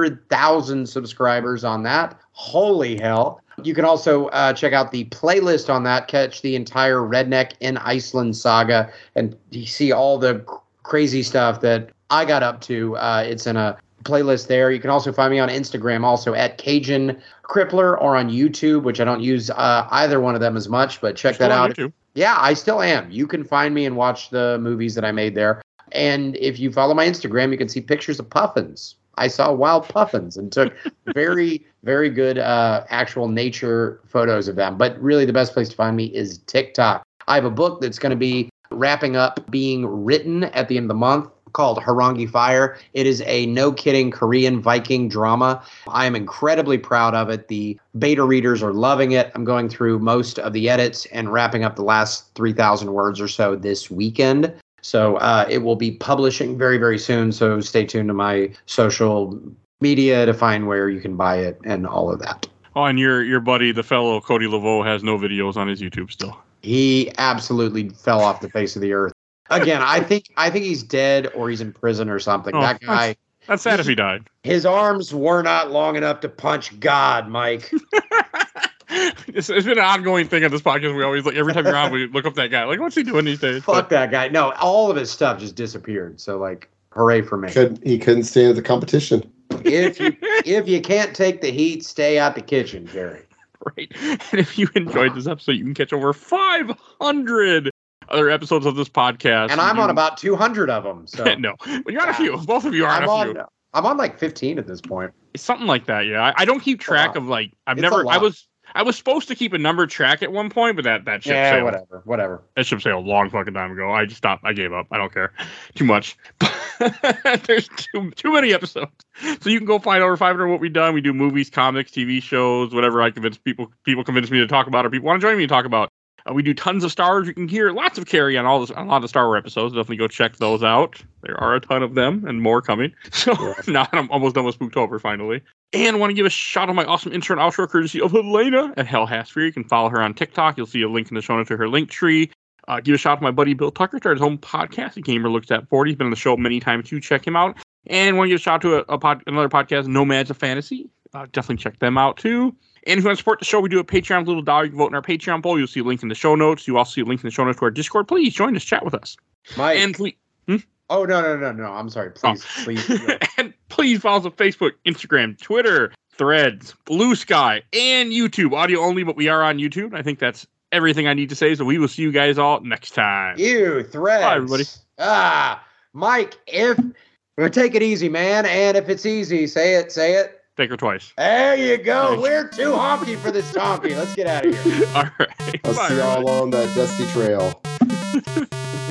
100,000 subscribers on that. Holy hell. You can also uh, check out the playlist on that, catch the entire Redneck in Iceland saga, and you see all the cr- crazy stuff that I got up to. Uh, it's in a playlist there. You can also find me on Instagram, also at Cajun Crippler, or on YouTube, which I don't use uh, either one of them as much, but check Still that on out. YouTube. Yeah, I still am. You can find me and watch the movies that I made there. And if you follow my Instagram, you can see pictures of puffins. I saw wild puffins and took very, very good uh, actual nature photos of them. But really, the best place to find me is TikTok. I have a book that's going to be wrapping up being written at the end of the month called Harangi Fire. It is a no kidding Korean Viking drama. I am incredibly proud of it. The beta readers are loving it. I'm going through most of the edits and wrapping up the last 3,000 words or so this weekend. So uh, it will be publishing very, very soon. So stay tuned to my social media to find where you can buy it and all of that. Oh, and your your buddy, the fellow Cody Laveau, has no videos on his YouTube still. He absolutely fell off the face of the earth. Again, I think I think he's dead or he's in prison or something. Oh, that that's- guy That's sad if he died. His arms were not long enough to punch God, Mike. it's, it's been an ongoing thing on this podcast. We always like every time you're on, we look up that guy. Like, what's he doing these days? Fuck that guy. No, all of his stuff just disappeared. So like, hooray for me. Could, he couldn't stand the competition. if you if you can't take the heat, stay out the kitchen, Jerry. Right. And if you enjoyed this episode, you can catch over 500 other episodes of this podcast. And I'm You- on about 200 of them. So no, but you're on a few. Both of you are on I'm a on few. I'm on like 15 at this point. It's something like that. Yeah, I, I don't keep a track lot. of like I've It's a never. I lot. was I was supposed to keep a number track at one point, but that that ship Yeah, sailed. whatever, whatever. That ship sailed a long fucking time ago. I just stopped. I gave up. I don't care too much. There's too too many episodes. So you can go find over 500 what we've done. We do movies, comics, TV shows, whatever I convince people people convince me to talk about or people want to join me to talk about. Uh, we do tons of stars. You can hear lots of carry on all this on a lot of Star Wars episodes. Definitely go check those out. There are a ton of them and more coming. So now I'm almost done with Spooktober finally. And want to give a shout out to my awesome intro and outro courtesy of Helena at Hell Hasphere. You can follow her on TikTok. You'll see a link in the show notes to her link tree. Uh, give a shout out to my buddy Bill Tucker, started his own podcast, The Gamer Looks at 40. He's been on the show many times too. Check him out. And want to give a shout out to a, a pod, another podcast, Nomads of Fantasy. Uh, definitely check them out too. And if you want to support the show, we do a Patreon with a little dollar. You can vote in our Patreon poll. You'll see a link in the show notes. You also see a link in the show notes to our Discord. Please join us, chat with us. Mike. And please, oh no, no, no, no. I'm sorry. Please, please. no. and please follow us on Facebook, Instagram, Twitter, Threads, Blue Sky, and YouTube. Audio only, but we are on YouTube. I think that's everything I need to say. So we will see you guys all next time. Ew, threads. Bye, everybody. Ah, Mike, if well, take it easy, man, and if it's easy, say it, say it. Take her twice. There you go. Thank you. We're too honky for this donkey. Let's get out of here. All right. I'll Bye, see everybody. y'all on that dusty trail.